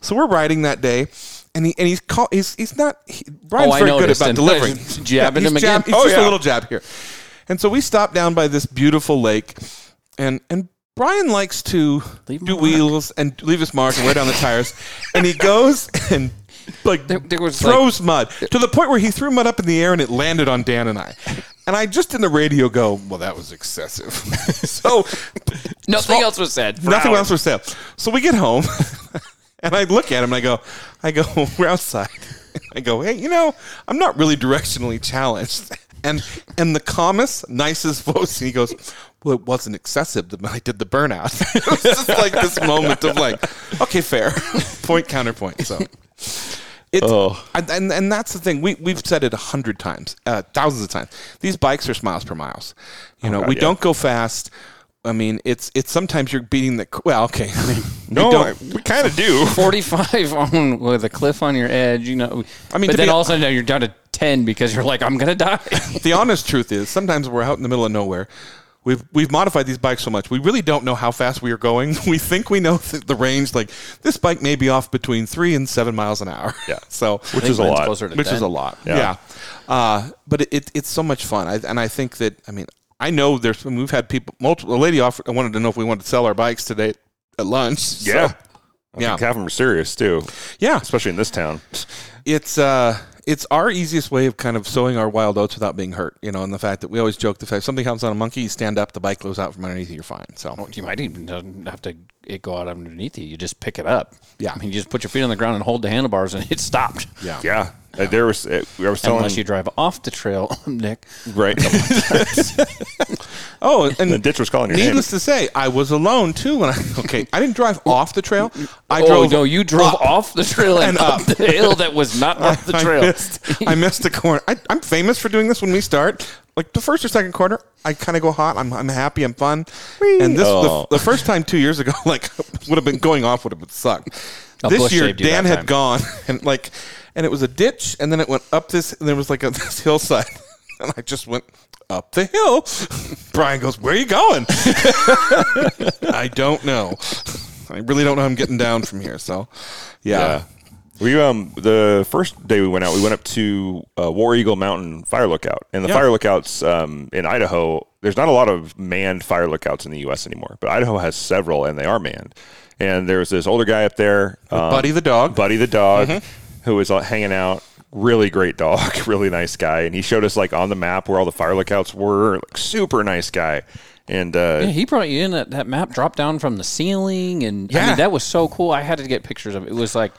B: So we're riding that day, and he and he's call, he's he's not he, Brian's
C: Oh, I
B: very good
C: noticed,
B: about
C: and
B: delivering.
C: he's jabbing
B: he's
C: him again.
B: He's
C: Oh,
B: just
C: yeah.
B: a little jab here, and so we stop down by this beautiful lake, and and. Brian likes to
C: Leave
B: do
C: mark.
B: wheels and leave his mark and wear down the tires, and he goes and like
C: There- there was, like,
B: throws mud to the point where he threw mud up in the air and it landed on Dan and I. And I just in the radio go, well, that was excessive. so
C: Nothing else was said. for
B: nothing
C: hours.
B: else was said. So we get home, and I look at him and I go, I go, we're outside. I go, hey, you know, I'm not really directionally challenged. And and the calmest, nicest voice, and he goes, well, it wasn't excessive that I did the burnout. it was just like this moment of like, okay, fair, point counterpoint. So. It's,
C: Oh.
B: and, and and that's the thing we we've said it a hundred times, uh, thousands of times. These bikes are miles per miles. You know,
A: God,
B: we
A: Uh, yeah.
B: don't go fast. I mean, it's it's sometimes you're beating the cr- well. Okay, I mean, no,
A: I- we kind of do.
C: 45 on with a cliff on your edge, you know. I
B: mean,
C: mean, but
B: to
C: then
B: be-
C: all of a sudden now you're down to 10 because you're like, I'm going to die.
B: the honest truth is sometimes we're out in the middle of nowhere. We've, we've modified these bikes so much we really don't know how fast we are going. We think we know th- the range. Like this bike may be off between three and seven miles an hour.
A: Yeah.
B: so
A: Which is a
C: Mine's
A: lot.
C: closer to
B: which is
C: 10.
B: a lot.
A: Yeah.
B: Yeah, Uh, but it, it, it's so much fun, I, and I think that I mean I know there's and we've had people. Multiple, a lady offered. I wanted to know if we wanted to sell our bikes today at lunch. So,
A: Yeah. I
B: Yeah.
A: think half of them are serious too,
B: yeah.
A: especially in this town.
B: It's uh, it's our easiest way of kind of sowing our wild oats without being hurt. You know, and the fact that we always joke the fact if something comes on a monkey, you stand up, the bike goes out from underneath you, you're fine. So
A: Oh,
C: you might even don't have to it go out underneath you. You just pick it up.
B: Yeah.
C: I mean, you just put your feet on the ground and hold the handlebars and it stopped.
B: yeah,
A: Yeah. Uh, There was uh, I was telling
C: Unless you drive off the trail, Nick.
A: right.
B: Oh, and
A: the ditch was calling your name.
B: needless to say, I was alone too. When I okay, I didn't drive off the trail. I
C: oh,
B: drove.
C: no, you drove
B: up.
C: off the trail and,
B: and
C: up.
B: up.
C: the hill that was not off the trail.
B: I missed, I missed a corner. I, I'm famous for doing this when we start. Like the first or second corner, I kind of go hot. I'm, I'm happy. I'm fun. And this
A: Oh.
B: the, the first time two years ago, like would have been going off would have been sucked.
C: A
B: this
C: bush
B: year,
C: saved you
B: Dan
C: that
B: had
C: time.
B: gone and like, and it was a ditch, and then it went up this, and there was like a this hillside, and I just went up the hill. Brian goes, "Where are you going?" I don't know. I really don't know how I'm getting down from here. So, yeah.
A: We um the first day we went out, we went up to uh, War Eagle Mountain Fire Lookout, and the
B: Yeah.
A: fire lookouts um, in Idaho. There's not a lot of manned fire lookouts in the U.S. anymore, but Idaho has several, and they are manned. And there was this older guy up there, um,
B: Buddy the dog. Mm-hmm.
A: Buddy the dog, who was uh, hanging out. Really great dog, really nice guy, and he showed us like on the map where all the fire lookouts were. Like super nice guy, and uh,
C: Yeah, he brought you in that, that map dropped down from the ceiling, and I
B: Yeah.
C: mean that was so cool. I had to get pictures of it. It was like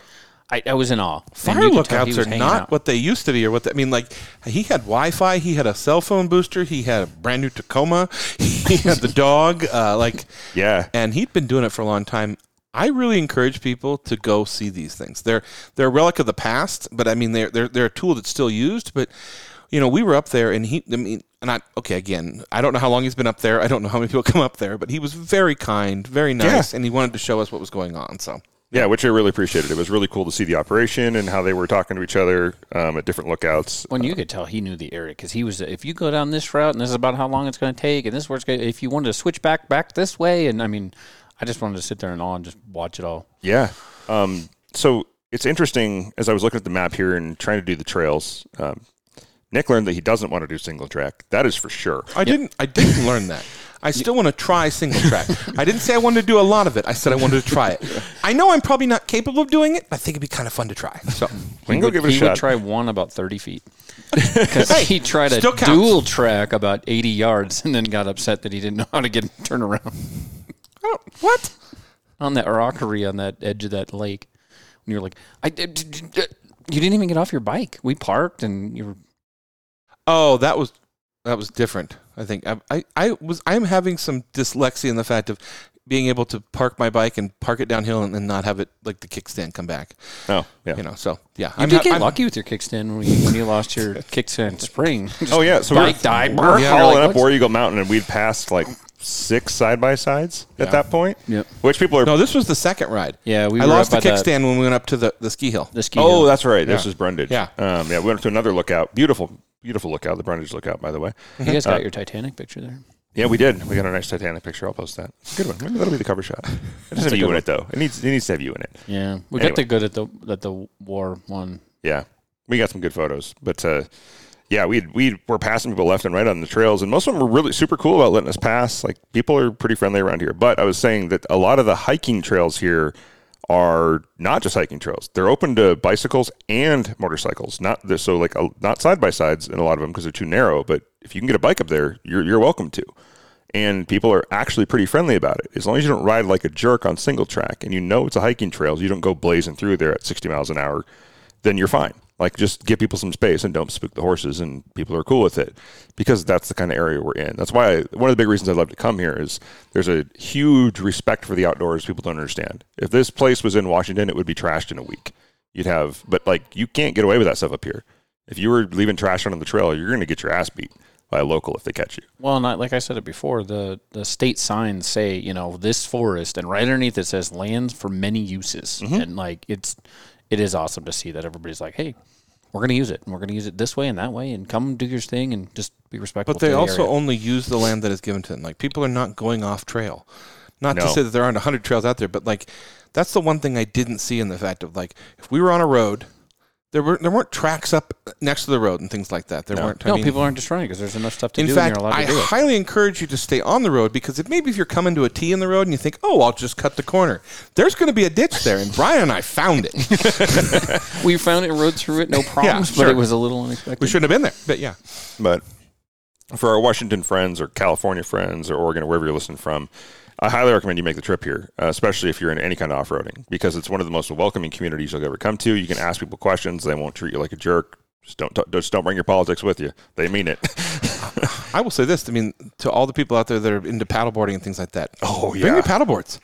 C: I, I was in awe. And
B: Fire
C: you could tell he
B: lookouts
C: was
B: are
C: hanging
B: not
C: out.
B: what they used to be, or what they, I mean. Like he had Wi-Fi, he had a cell phone booster, he had a brand new Tacoma, he had the dog. Uh, like,
A: Yeah.
B: and he'd been doing it for a long time. I really encourage people to go see these things. They're they're a relic of the past, but I mean they're they're, they're a tool that's still used. But you know, we were up there, and he. I mean, and I okay again. I don't know how long he's been up there. I don't know how many people come up there, but he was very kind, very nice, and he wanted to show us what was going on. So
A: Yeah, which I really appreciated. It was really cool to see the operation and how they were talking to each other um, at different lookouts.
C: When you could tell he knew the area because he was. If you go down this route and this is about how long it's going to take, and this is where it's going. If you wanted to switch back back this way, and I mean, I just wanted to sit there in awe and just watch it all.
A: Yeah. Um, so it's interesting as I was looking at the map here and trying to do the trails. Um, Nick learned that he doesn't want to do single track. That is for sure.
B: I didn't. I didn't learn that. I still want to try single track. I didn't say I wanted to do a lot of it. I said I wanted to try it. I know I'm probably not capable of doing it. But I think it'd be kind of fun to try. So
A: We can
C: he
A: go
C: would,
A: give it a
C: he would
A: shot.
C: try one about 30 feet. Because he tried a
B: still counts.
C: dual track about 80 yards and then got upset that he didn't know how to get turn around
B: oh, what?
C: on that rockery on that edge of that lake. And you're like, I, d- d- d- d- you didn't even get off your bike. We parked and you were.
B: Oh, that was that was different. I think I I, I was I'm having some dyslexia in the fact of being able to park my bike and park it downhill and, and not have it like the kickstand come back.
A: Oh, yeah.
B: You know. So yeah,
C: You did get lucky with your kickstand when you, when you lost your kickstand spring.
A: Oh, yeah. So
C: bike
A: we were,
C: died.
A: we were
C: Yeah.
A: hauling
C: Like,
A: up
C: what's-
A: War Eagle Mountain and we'd passed like six side by sides at that point.
C: Yep.
A: Which people are. Oh,
B: No, this was the second ride.
C: Yeah, we
B: I
C: were
B: lost the
C: up by the-
B: kickstand when we went up to the, the ski hill.
C: the ski
A: oh,
C: hill.
A: that's right. This
B: Yeah.
A: was Brundage.
B: Yeah.
A: Um, yeah. We went up to another lookout. Beautiful, beautiful lookout, the Brundage lookout, by the way.
C: you guys
A: uh,
C: got your Titanic picture there.
A: Yeah, we did. We got a nice Titanic picture. I'll post that. Good one. Maybe that'll be the cover shot. It doesn't have you in it though. It needs it needs to have you in it.
C: Yeah, we
A: Anyway.
C: got the good at the at the war one.
A: Yeah, we got some good photos. But uh, yeah, we we were passing people left and right on the trails, and most of them were really super cool about letting us pass. Like people are pretty friendly around here. But I was saying that a lot of the hiking trails here are not just hiking trails. They're open to bicycles and motorcycles. Not they're- so like a, not side by sides in a lot of them because they're too narrow. But if you can get a bike up there, you're you're welcome to. And people are actually pretty friendly about it. As long as you don't ride like a jerk on single track and you know it's a hiking trail, so you don't go blazing through there at 60 miles an hour then you're fine. Like just give people some space and don't spook the horses, and people are cool with it because that's the kind of area we're in. That's why I, one of the big reasons I love to come here is there's a huge respect for the outdoors. People don't understand. If this place was in Washington, it would be trashed in a week. You'd have, but like you can't get away with that stuff up here. If you were leaving trash on the trail, you're going to get your ass beat by a local if they catch you.
C: Well, and I, like I said it before, the, the state signs say, you know, this forest, and right underneath it says lands for many uses.
B: Mm-hmm.
C: And like it's, it is awesome to see that everybody's like, hey, we're going to use it, and we're going to use it this way and that way, and come do your thing and just be respectful.
B: But they
C: to the
B: also
C: area.
B: only use the land that is given to them. Like people are not going off trail. Not to
A: No.
B: say that there aren't hundred trails out there, but like that's the one thing I didn't see in the fact of like if we were on a road, there were there weren't tracks up next to the road and things like that. There weren't. I
C: no,
B: mean,
C: people aren't just running because there's enough stuff to
B: in
C: do.
B: fact,
C: and you're allowed
B: I
C: to do it.
B: highly encourage you to stay on the road because if maybe if you're coming to a T in the road and you think, oh, I'll just cut the corner, there's going to be a ditch there. And Brian and I found it.
C: we found it, and rode through it, no problems, but
B: sure.
C: it was a little unexpected.
B: we shouldn't have been there, but yeah.
A: But for our Washington friends or California friends or Oregon or wherever you're listening from, I highly recommend you make the trip here, uh, especially if you're in any kind of off roading, because it's one of the most welcoming communities you'll ever come to. You can ask people questions; they won't treat you like a jerk. Just don't t- just don't bring your politics with you. They mean it.
B: I will say this. I mean, to all the people out there that are into paddleboarding and things like that.
A: Oh,
B: Bring
A: yeah.
B: your paddleboards.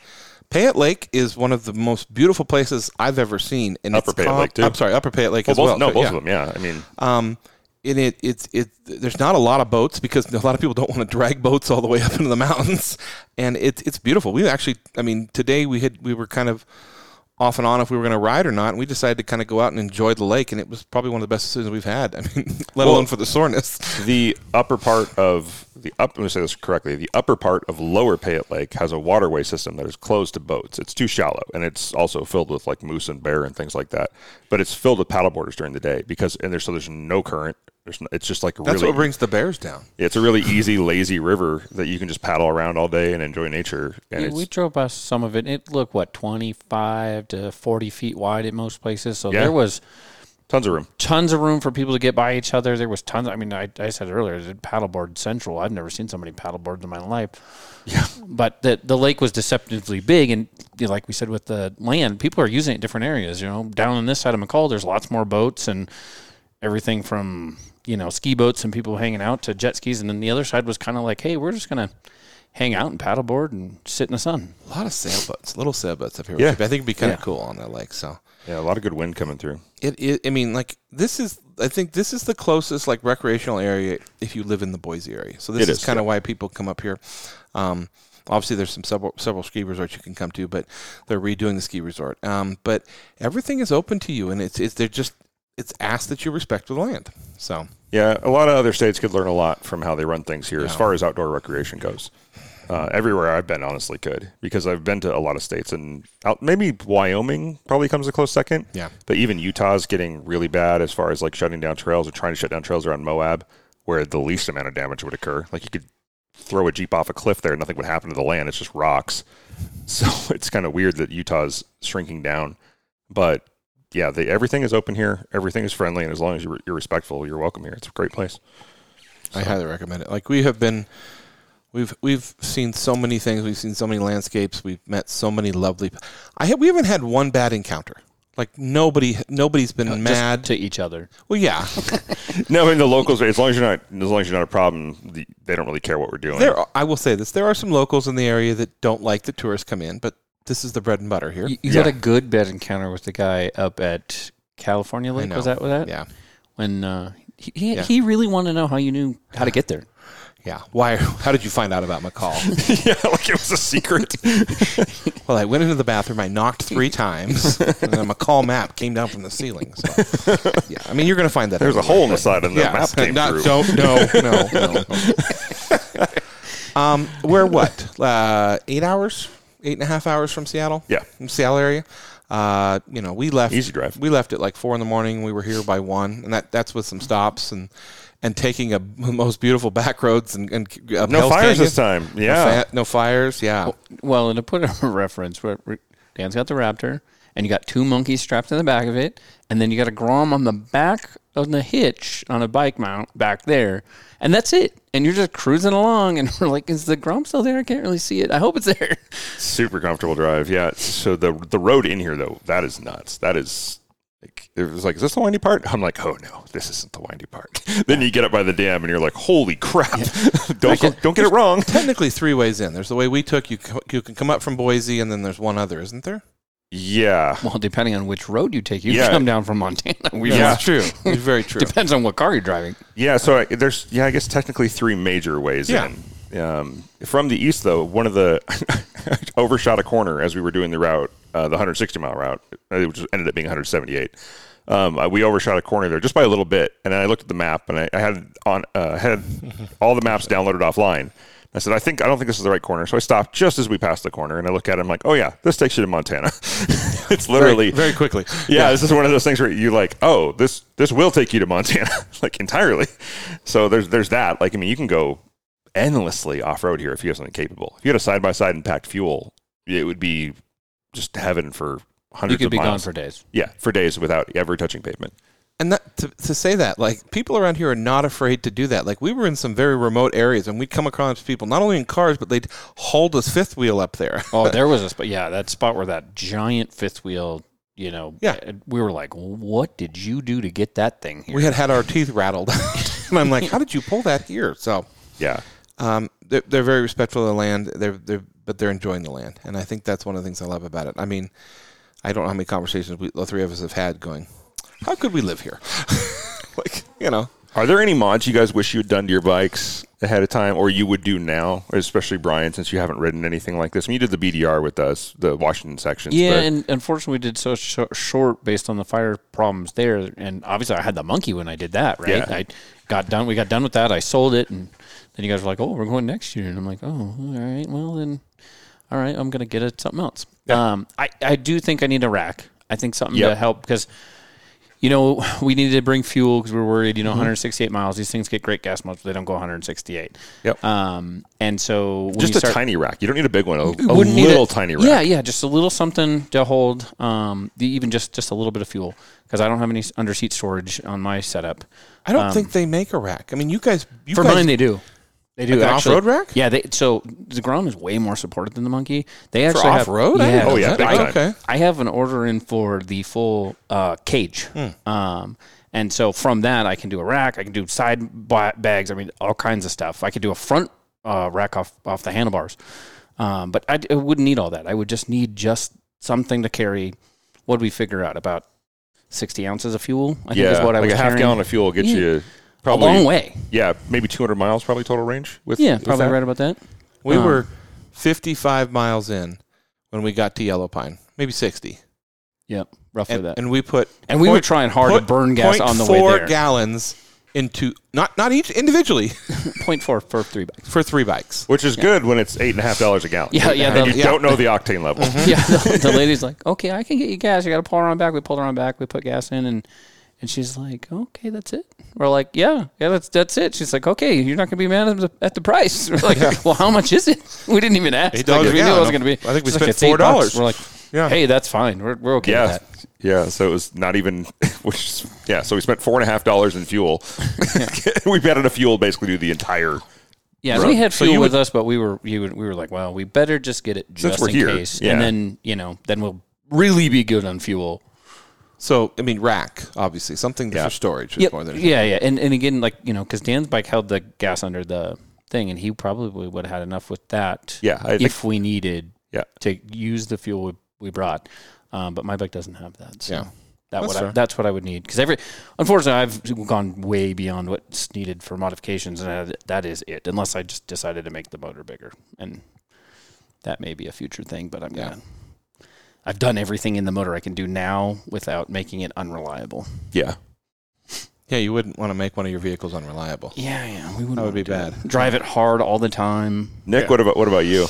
B: Payette Lake is one of the most beautiful places I've ever seen. And
A: Upper
B: it's
A: Payette
B: calm-
A: Lake, too.
B: I'm sorry, Upper Payette Lake
A: Well,
B: as
A: both,
B: well.
A: no,
B: So,
A: both
B: yeah.
A: of them. Yeah, I mean,
B: Um, and it, it's it. There's not a lot of boats because a lot of people don't want to drag boats all the way up into the mountains, and it's it's beautiful. We actually, I mean, today we had we were kind of off and on if we were going to ride or not, and we decided to kind of go out and enjoy the lake, and it was probably one of the best decisions we've had. I mean, let
A: Well-
B: alone for the soreness.
A: the upper part of The up, I'm going to say this correctly. The upper part of Lower Payette Lake has a waterway system that is closed to boats. It's too shallow, and it's also filled with like moose and bear and things like that. But it's filled with paddleboarders during the day because and there's so there's no current. There's no, it's just like
B: That's
A: really
B: what brings the bears down.
A: it's a really easy lazy river that you can just paddle around all day and enjoy nature. And
C: Yeah,
A: it's,
C: we drove past some of it. And it looked what twenty five to forty feet wide at most places. So
A: Yeah.
C: there was
A: tons of room.
C: tons of room for people to get by each other. There was tons. I mean, I, I said earlier, the paddleboard central. I've never seen so many paddleboards in my life. Yeah, but the the lake was deceptively big, and you know, like we said with the land, people are using it in different areas. You know, down on this side of McCall, there's lots more boats and everything from you know ski boats and people hanging out to jet skis, and then the other side was kind of like, hey, we're just gonna hang out and paddleboard and sit in the sun.
B: A lot of sailboats, little sailboats up here.
A: Yeah.
B: I think it'd be kind of
C: Yeah.
B: cool on that lake. So
A: Yeah, a lot of good wind coming through.
B: it, it, I mean, like this is, I think this is the closest like recreational area if you live in the Boise area. So this
A: It
B: is,
A: is,
B: kind of why people come up here. Um, obviously, there's some several, several ski resorts you can come to, but they're redoing the ski resort. Um, but everything is open to you, and it's, it's they're just it's asked that you respect the land. So
A: Yeah, a lot of other states could learn a lot from how they run things here as
B: Yeah.
A: far as outdoor recreation goes. Uh, everywhere I've been, honestly, could because I've been to a lot of states and out, maybe Wyoming probably comes a close second.
B: Yeah.
A: but even Utah's getting really bad as far as like shutting down trails or trying to shut down trails around Moab, where the least amount of damage would occur. Like you could throw a jeep off a cliff there, and nothing would happen to the land. It's just rocks. So it's kind of weird that Utah's shrinking down, but yeah, they, everything is open here. Everything is friendly, and as long as you're, you're respectful, you're welcome here. It's a great place.
B: I highly recommend it. Like we have been, we've we've seen so many things. We've seen so many landscapes. We've met so many lovely. I have, we haven't had one bad encounter. Like nobody, nobody's been
C: Uh, Just
B: mad.
C: to each other.
B: well, yeah,
A: No, and the locals, as long as you're not, as long as you're not a problem, the, they don't really care what we're doing.
B: there. Are, I will say this: there are some locals in the area that don't like that tourists come in, but this is the bread and butter here.
C: You, you
A: Yeah.
C: had a good bad encounter with the guy up at California Lake. Was
B: know.
C: that with that?
B: Yeah,
C: When uh, he he,
B: Yeah.
C: he really wanted to know how you knew how to get there.
B: yeah. Why? How did you find out about McCall?
A: yeah, like it was a secret.
B: well, I went into the bathroom. I knocked three times, and then a McCall map came down from the ceiling. So, yeah, I mean, you're going to find that
A: There's a
B: everywhere,
A: hole in the
B: but-
A: side, and the map came
B: not,
A: through.
B: Don't no no no. no. um, we're what uh, eight hours, eight and a half hours from Seattle.
A: Yeah.
B: from Seattle area. Uh, you know, we left
A: Easy drive.
B: We left at like four in the morning. We were here by one, and that that's with some stops and and taking a most beautiful back roads and, and up
A: No
B: Hell's
A: fires
B: Canyon.
A: this time.
B: No
A: Yeah,
B: fi- no fires. Yeah,
C: Well, and to put a reference, where where Dan's got the Raptor, and you got two monkeys strapped in the back of it, and then you got a Grom on the back on the hitch on a bike mount back there, and that's it. And you're just cruising along, and we're like, "Is the Grom still there? I can't really see it. I hope it's there."
A: super comfortable drive. Yeah. So the the road in here though, that is nuts. That is. like, It was like, is this the windy part? I'm like, oh no, this isn't the windy part. then you get up by the dam, and you're like, holy crap! don't go, don't get it wrong.
B: technically three ways in. There's the way we took. You co- you can come up from Boise, and then there's one other, isn't there?
A: Yeah,
C: Well, depending on which road you take, you
A: Yeah.
C: can come down from Montana. We
A: Yeah.
B: That's true. It's very true.
C: Depends on what car you're driving.
A: Yeah, so I, there's yeah, I guess technically three major ways
B: Yeah.
A: in. Um, from the east, though, one of the I overshot a corner as we were doing the route, uh, the 160 mile route, uh, which ended up being 178. Um, I- we overshot a corner there just by a little bit, and I looked at the map, and I, I had on uh, had all the maps downloaded offline. I said, I think I don't think this is the right corner, so I stopped just as we passed the corner, and I look at it, I'm like, oh yeah, this takes you to Montana. it's literally
B: very quickly.
A: yeah, this is one of those things where you like, oh, this this will take you to Montana like entirely. So there's there's that. Like I mean, you can go endlessly off road here if you have something capable. If you had a side by side and packed fuel, it would be just heaven for
C: You
A: hundreds
C: could
A: of
C: be gone
A: miles.
C: for days.
A: yeah, for days without ever touching pavement.
B: and that to, to say that like people around here are not afraid to do that like we were in some very remote areas and we come across people not only in cars but they'd hauled us fifth wheel up there
C: Oh, there was a spot. Yeah, that spot where that giant fifth wheel. You know.
B: Yeah.
C: uh, We were like, "What did you do to get that thing here?"
B: we had had our teeth rattled and i'm like how did you pull that here so
A: Yeah,
B: um, they're, they're very respectful of the land they're, they're but they're enjoying the land and i think that's one of the things i love about it i mean i don't know how many conversations we, the three of us have had going how could we live here like you know
A: Are there any mods you guys wish you had done to your bikes ahead of time, or you would do now, especially Brian, since you haven't written anything like this? I mean, you did the BDR with us, the Washington sections.
C: Yeah,
A: but-
C: and unfortunately, we did so sh- short based on the fire problems there. And obviously, I had the monkey when I did that, right?
A: Yeah.
C: I got done. We got done with that. I sold it, and then you guys were like, "Oh, we're going next year," and I'm like, "Oh, all right. Well, then, all right. I'm gonna get it something else." Um, I I do think I need a rack. I think something to
A: Yep.
C: help because. You know, we needed to bring fuel because we were worried. You
A: Mm-hmm.
C: know, 168 miles; these things get great gas miles, but they don't go 168.
A: Yep.
C: Um, and so when
A: just
C: you
A: a
C: start,
A: tiny rack. You don't need a big one. A, a
C: wouldn't need
A: little
C: it.
A: tiny rack.
C: Yeah, yeah, just a little something to hold, um, the, even just just a little bit of fuel because I don't have any s- under seat storage on my setup.
B: I don't think they make a rack. I mean, you guys, you
C: For
B: guys,
C: mine, they do. They do
B: Like an
C: actually.
B: off-road rack?
C: Yeah, they, so the Grom is way more supported than the Monkey. They
B: for
C: actually have
B: off road.
C: Yeah,
A: Oh, yeah, big
C: I,
A: time.
B: okay.
C: I have an order in for the full uh, cage.
A: Hmm.
C: Um, and so from that, I can do a rack. I can do side ba- bags. I mean, all kinds of stuff. I could do a front uh, rack off off the handlebars. Um, but I, d- I wouldn't need all that. I would just need just something to carry. What did we figure out about sixty ounces of fuel? I think is what I
A: like
C: was
A: a half
C: carrying.
A: gallon of fuel will get
C: Yeah.
A: you
C: a
A: probably
C: long way.
A: Yeah, maybe 200 miles, probably total range. With
C: Yeah,
A: with
C: probably
A: that.
C: right about that.
B: We
C: Um,
B: were 55 miles in when we got to Yellow Pine, maybe 60.
C: Yep, roughly
B: And,
C: that.
B: and we put
C: And we were
B: point-
C: trying hard to
B: point-
C: burn gas on the way
B: Four
C: there.
B: gallons into not not each individually
C: Point four for three bags.
B: for three bikes.
A: Which is good when it's eight and a half dollars a gallon.
C: Yeah, yeah, Mm-hmm.
A: And
C: the-
A: you don't know the octane level.
C: yeah, the, the lady's like, okay, I can get you gas. You got to pull her on back. We pulled her on back. We put gas in, and and she's like, okay, that's it. We're like, yeah, yeah, that's that's it. She's like, okay, you're not gonna be mad at the, at the price. We're like, well, how much is it? We didn't even ask.
B: Eight dollars
C: Like,
B: a
C: we knew it
B: gallon.
C: was gonna be.
B: I think we
C: She's like,
B: spent
C: "It's eight
B: $4."
C: bucks. We're like,
B: Yeah.
C: hey, that's fine. We're we're okay
A: Yeah,
C: with that.
A: yeah. So it was not even, which is, yeah. So we spent four and a half dollars in fuel. we had enough fuel basically to do the entire.
C: Yeah, we had fuel with us, but we were you would- we were like, well, we better just get it just
A: we're
C: in
A: here,
C: case,
A: yeah.
C: and then you know, then we'll really be good on fuel.
B: So I mean, rack obviously something for storage is
C: Yep.
B: more than
C: yeah, yeah, and and again, like you know, because Dan's bike held the gas under the thing, and he probably would have had enough with that.
A: Yeah, I
C: if
A: think-
C: we needed
A: Yeah.
C: to use the fuel we, we brought, um, but my bike doesn't have that. So
B: Yeah.
C: that
B: That's
C: would I,
B: fair.
C: that's what I would need because every unfortunately I've gone way beyond what's needed for modifications, and that- that is it. Unless I just decided to make the motor bigger, and that may be a future thing, but I'm
B: Yeah.
C: gonna. I've done everything in the motor I can do now without making it unreliable.
A: Yeah.
B: yeah. You wouldn't want to make one of your vehicles unreliable.
C: Yeah, yeah, we
B: That
C: wouldn't.
B: would
C: wanna
B: be
C: do
B: bad.
C: it. Drive it hard all the time.
A: Nick, what about what about you?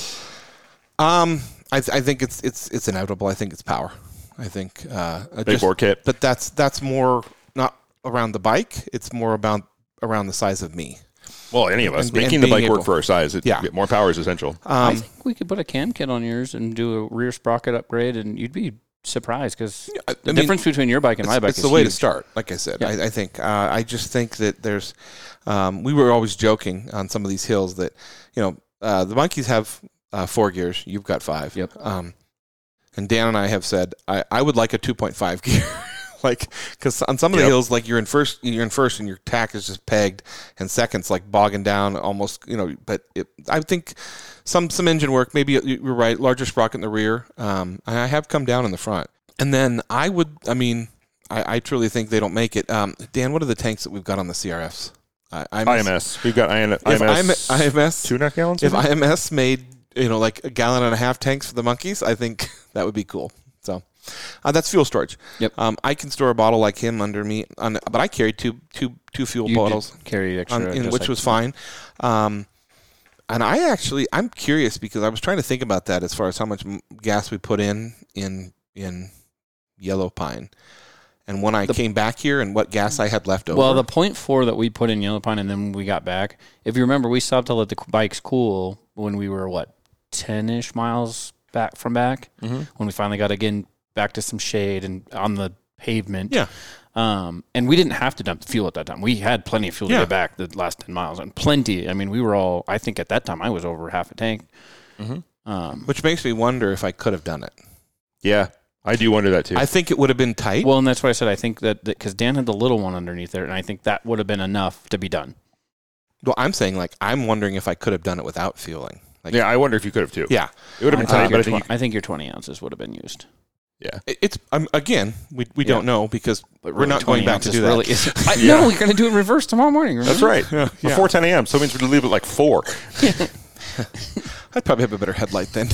B: Um, I, th- I think it's it's it's inevitable. I think it's power. I think uh, uh,
A: Big
B: just-
A: bore kit.
B: but that's that's more not around the bike. It's more about around the size of me.
A: Well, any of us
B: And be- and
A: making the
B: being
A: bike work
B: able-
A: for our size. It,
B: Yeah.
A: more power is essential.
C: I
B: Um,
C: think we could put a cam kit on yours and do a rear sprocket upgrade, and you'd be surprised because
B: I-
C: the
B: I mean,
C: difference between your bike and my bike
B: it's
C: is
B: the way
C: huge.
B: to start. Like I said, I, I think uh, I just think that there's. Um, we were always joking on some of these hills that you know uh, the monkeys have uh, four gears. You've got five.
C: Yep.
B: Um, and Dan and I have said I, I would like a 2.5 gear. Like, because on some of the
A: Yep.
B: hills, like you're in first, you're in first, and your tack is just pegged, and seconds like bogging down almost, you know. But it, I think some some engine work. Maybe you- you're right. Larger sprocket in the rear. Um, and I have come down in the front, and then I would. I mean, I, I truly think they don't make it. Um, Dan, what are the tanks that we've got on the CRFs? I, I'm,
A: IMS. We've got IN,
B: If
A: IMS.
B: I'm- IMS
A: two and a half gallons.
B: If
A: I,
C: Mm-hmm.
A: think?
B: IMS made you know like a gallon and a half tanks for the monkeys, I think that would be cool. So. Uh, that's fuel storage.
C: Yep.
B: Um, I can store a bottle like him under me, on, but I carry two two two fuel
C: You did
B: bottles
C: carry extra,
B: on- in-
C: just
B: which
C: like-
B: was fine. Um, and I actually, I'm curious because I was trying to think about that as far as how much m- gas we put in in in Yellow Pine, and when I came back here and what gas I had left over.
C: Mm. Well, the point four that we put in Yellow Pine, and then we got back. If you remember, we stopped to let the bikes cool when we were what ten ish miles back from back.
B: Mm-hmm.
C: When we finally got again back to some shade and on the pavement.
B: Yeah.
C: Um, and we didn't have to dump the fuel at that time. We had plenty of fuel to
B: Yeah.
C: get back the last ten miles, and plenty. I mean, we were all. I think at that time I was over half a tank. Um,
B: Mm-hmm. which makes me wonder if I could have done it.
A: yeah, I do wonder that too.
B: I think it would have been tight.
C: well, and that's why I said I think that because Dan had the little one underneath there, and I think that would have been enough to be done.
B: Well, I'm saying like I'm wondering if I could have done it without fueling. Like,
A: yeah, I wonder if you could have too.
B: yeah.
A: It would have
C: I
A: been tight,
C: think,
A: but I
C: your
A: think you
C: twen- I think your twenty ounces would have been used.
A: Yeah.
B: It- It's um, again, we, we don't know because we're
C: really,
B: not going
C: 20
B: back to
C: ounces
B: do that.
C: really is- I,
A: Yeah.
C: No, we're going to do it in reverse tomorrow morning.
A: That's
C: Remember?
A: right. Before 10 a.m. So it means we leave at like 4.
B: I'd probably have a better headlight then.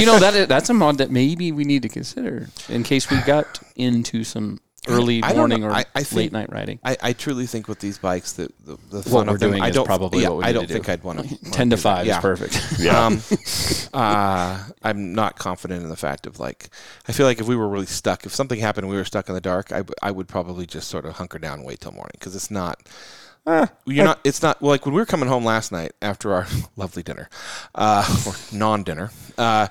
C: you know that is, that's a mod that maybe we need to consider in case we got into some early
B: I don't
C: morning
B: know.
C: or
B: I- I think-
C: late night riding.
B: I, I truly think with these bikes that the, the fun
C: we're
B: of them,
C: doing
B: I
C: is
B: don't,
C: probably
B: yeah,
C: what we
B: I
C: need to
B: don't
C: do.
B: think I'd want to.
C: Ten to five
B: yeah.
C: is perfect.
A: Yeah.
B: Um, uh, I'm not confident in the fact of like, I feel like if we were really stuck, if something happened and we were stuck in the dark, I, w- I would probably just sort of hunker down and wait till morning because it's not,
A: Eh,
B: you're not, it's not, well, like when we were coming home last night after our lovely dinner, uh, or non dinner, uh,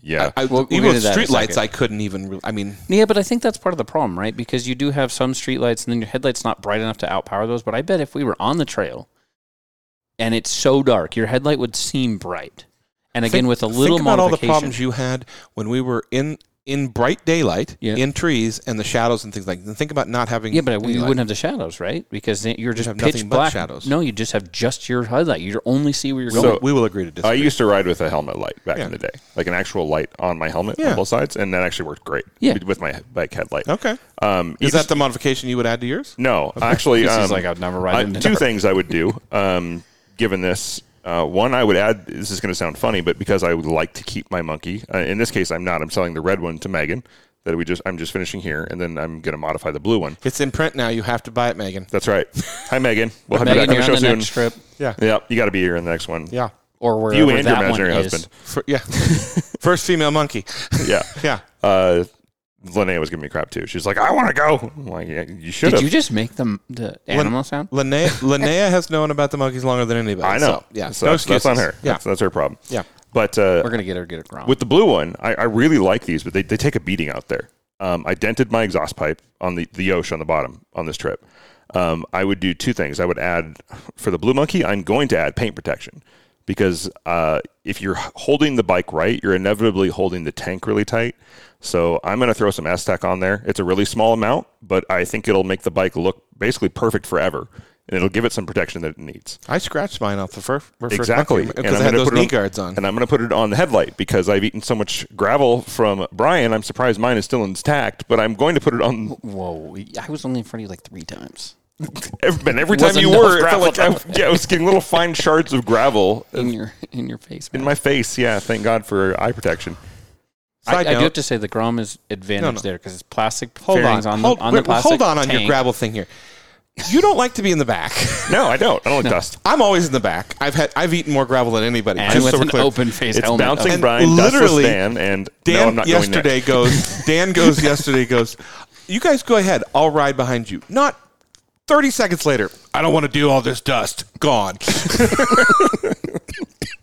A: yeah.
B: I,
C: We'll- we'll
B: even
C: get
B: with
C: to that in a
B: streetlights,
C: second.
B: I couldn't even, re- I mean,
C: Yeah, but I think that's part of the problem, right? Because you do have some streetlights, and then your headlight's not bright enough to outpower those. But I bet if we were on the trail, and it's so dark, your headlight would seem bright. And again,
B: Think-
C: with a little
B: think about all the
C: modification,
B: problems you had when we were in in bright daylight
C: Yeah.
B: in trees and the shadows and things like that think about not having
C: yeah, but we
B: daylight.
C: wouldn't have the shadows, right? Because then you're just
B: have
C: pitch
B: nothing but
C: black.
B: shadows.
C: No, you just have just your headlight. You only see where you're
A: So-
C: going.
B: we will agree to
A: I
B: disagree
A: used to ride with a helmet light back
B: Yeah.
A: in the day, like an actual light on my helmet
B: Yeah.
A: on both sides, and that actually worked great.
C: Yeah.
A: with my bike headlight.
B: okay
A: Um, you
B: is that
A: just-
B: the modification you would add to yours
A: no? Actually,
C: This
A: um,
C: is like I'd never ride
A: I-
C: in the
A: two
C: dark.
A: things I would do. Um, given this, uh, one I would add. This is going to sound funny, but because I would like to keep my monkey. Uh, in this case, I'm not. I'm selling the red one to Megan. That we just. I'm just finishing here, and then I'm going to modify the blue one.
B: it's in print now you have to buy it megan
A: That's right. Hi, Megan. We'll have
C: Megan,
A: you
C: you're
A: back on
C: on the
A: the show
C: next
A: soon.
C: trip,
B: yeah
A: Yeah, you got to be here in the next one.
B: yeah
C: or wherever
A: You and your
C: that one
A: imaginary
C: is.
A: husband.
B: For, yeah first female monkey
A: Yeah.
B: yeah
A: Uh, Linnea was giving me crap too. She's like, "I want to go." I'm like, yeah, you should
C: Did
A: have.
C: you just make the the animal sound?
B: linnea linnea has known about the monkeys longer than anybody
A: I know.
B: so, yeah
A: So
B: no
A: that's, that's on
B: excuses.
A: her.
B: yeah
A: That's, that's her problem.
B: Yeah.
A: But uh,
C: We're gonna get her get it wrong.
A: with the blue one, I, I really like these, but they, they take a beating out there. Um, I dented my exhaust pipe on the, the Yosh on the bottom on this trip. Um, I would do two things. I would add, for the Blue Monkey, I'm going to add paint protection because uh, if you're holding the bike right, you're inevitably holding the tank really tight. So I'm going to throw some S-Tac on there. It's a really small amount, but I think it'll make the bike look basically perfect forever. And it'll give it some protection that it needs
B: i scratched mine off the fir- first
A: exactly And
B: because
A: I'm
B: i had
A: gonna
B: those
A: put it
B: knee guards on
A: and i'm going to put it on the headlight because i've eaten so much gravel from brian i'm surprised mine is still intact but i'm going to put it on
C: Whoa! I was only in front of you like three times
A: every, and every time
C: Wasn't
A: you
C: enough
A: were it felt like I,
C: gravel.
A: yeah, I was getting little fine shards of gravel
C: in your in your face.
A: in
C: man.
A: my face yeah thank god for eye protection
C: I, I
B: Side
C: do
B: note-
C: have to say the Grom is advantage
B: No, no.
C: there because it's plastic
B: Hold
C: fairings
B: on.
C: on, the
B: hold,
C: on the
B: wait, well,
C: plastic
B: hold on on your
C: tank.
B: gravel thing here. You don't like to be in the back.
A: no i don't i don't like dust
B: I'm always in the back. I've had I've eaten more gravel than anybody.
C: and
B: just
C: with
B: so we're
C: an
B: clear.
C: open face
A: it's
C: helmet.
A: bouncing
C: up.
B: And
A: brian literally
B: literally,
A: dan and
B: Dan
A: no i'm not
B: yesterday goes. Dan goes yesterday goes. You guys go ahead. I'll ride behind you. Not 30 seconds later. I don't want to do all this dust. Gone.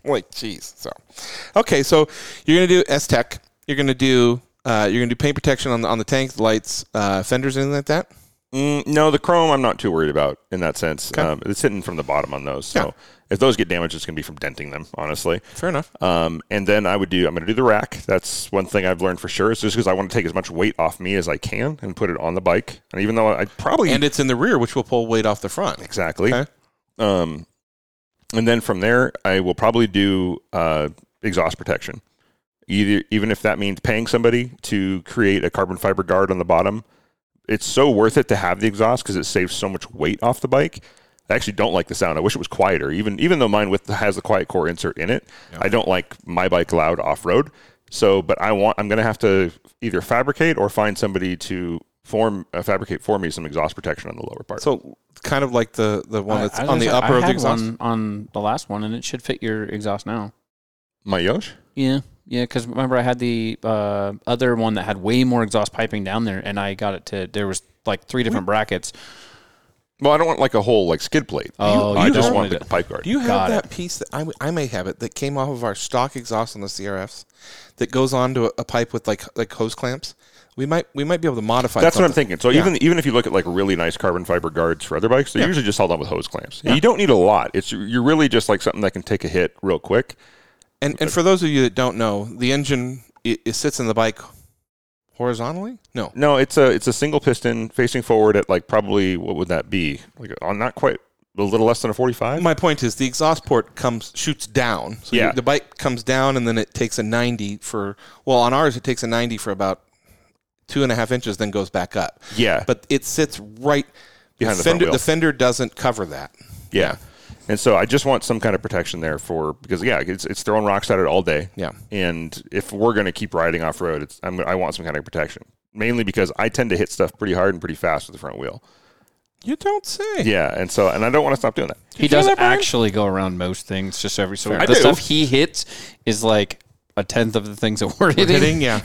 B: like jeez. So okay. So you're gonna do S Tech. You're gonna do. Uh, you're gonna do paint protection on the on the tank lights, uh, fenders, anything like
A: going
B: that.
A: next. Mm, no the chrome i'm not too worried about in that sense um, it's hitting from the bottom on those so
B: Yeah.
A: if those get damaged it's going to be from denting them honestly
B: Fair enough.
A: Um, and then I would do. I'm going to do the rack. That's one thing I've learned for sure. Is just because I want to take as much weight off me as I can and put it on the bike. And even though I probably
B: and it's in the rear, which will pull weight off the front.
A: exactly.
B: Okay.
A: Um, and then from there, I will probably do uh, exhaust protection. Either even if that means paying somebody to create a carbon fiber guard on the bottom, it's so worth it to have the exhaust because it saves so much weight off the bike. I actually don't like the sound. I wish it was quieter. Even even though mine with has the quiet core insert in it, I don't like my bike loud off road. So, but I want I'm going to have to either fabricate or find somebody to form uh, fabricate for me some exhaust protection on the lower part.
B: So kind of like the the one
C: I-
B: that's
C: I was
B: on the
C: gonna say,
B: upper
C: I
B: of the
C: had
B: exhaust.
C: one on the last one, and it should fit your exhaust now.
A: my Yosh.
C: Yeah, yeah. Because remember, I had the uh, other one that had way more exhaust piping down there, and I got it to there was like three different brackets.
A: Well, I don't want like a whole like skid plate.
C: Oh,
A: I
C: you
A: just
C: don't
A: want
C: want
A: the pipe guard.
B: Do you have
C: Got
B: that piece that I, w- I may have it that came off of our stock exhaust on the CRFs that goes onto a, a pipe with like like hose clamps? We might we might be able to modify.
A: That's what I'm
B: something.
A: thinking. So even even if you look at like really nice carbon fiber guards for other bikes, they're usually just held on with hose clamps. You don't need a lot. It's you're really just like something that can take a hit real quick.
B: And and for those of you that don't know, the engine it, it sits in the bike horizontally. No,
A: No, it's a it's a single piston facing forward at like probably what would that be? Like on not quite a little less than a 45.
B: my point is the exhaust port comes shoots down. So
A: Yeah.
B: the bike comes down and then it takes a 90 for well on ours it takes a 90 for about two and a half inches, then goes back up.
A: Yeah.
B: But it sits right
A: Behind the front
B: fender.
A: wheel.
B: the fender doesn't cover that.
A: Yeah. And so I just want some kind of protection there for because yeah, it's it's throwing rocks at it all day.
B: Yeah.
A: And if we're going to keep riding off road, it's I'm, I want some kind of protection. Mainly because I tend to hit stuff pretty hard and pretty fast with the front wheel.
B: You don't say.
A: Yeah, and so and I don't want to stop doing that.
C: He
B: feel
C: does
B: that, Brian?
C: actually go around most things just every so
A: I
C: the
A: do.
C: stuff he hits is like a tenth of the things that we're hitting.
B: Hitting, yeah.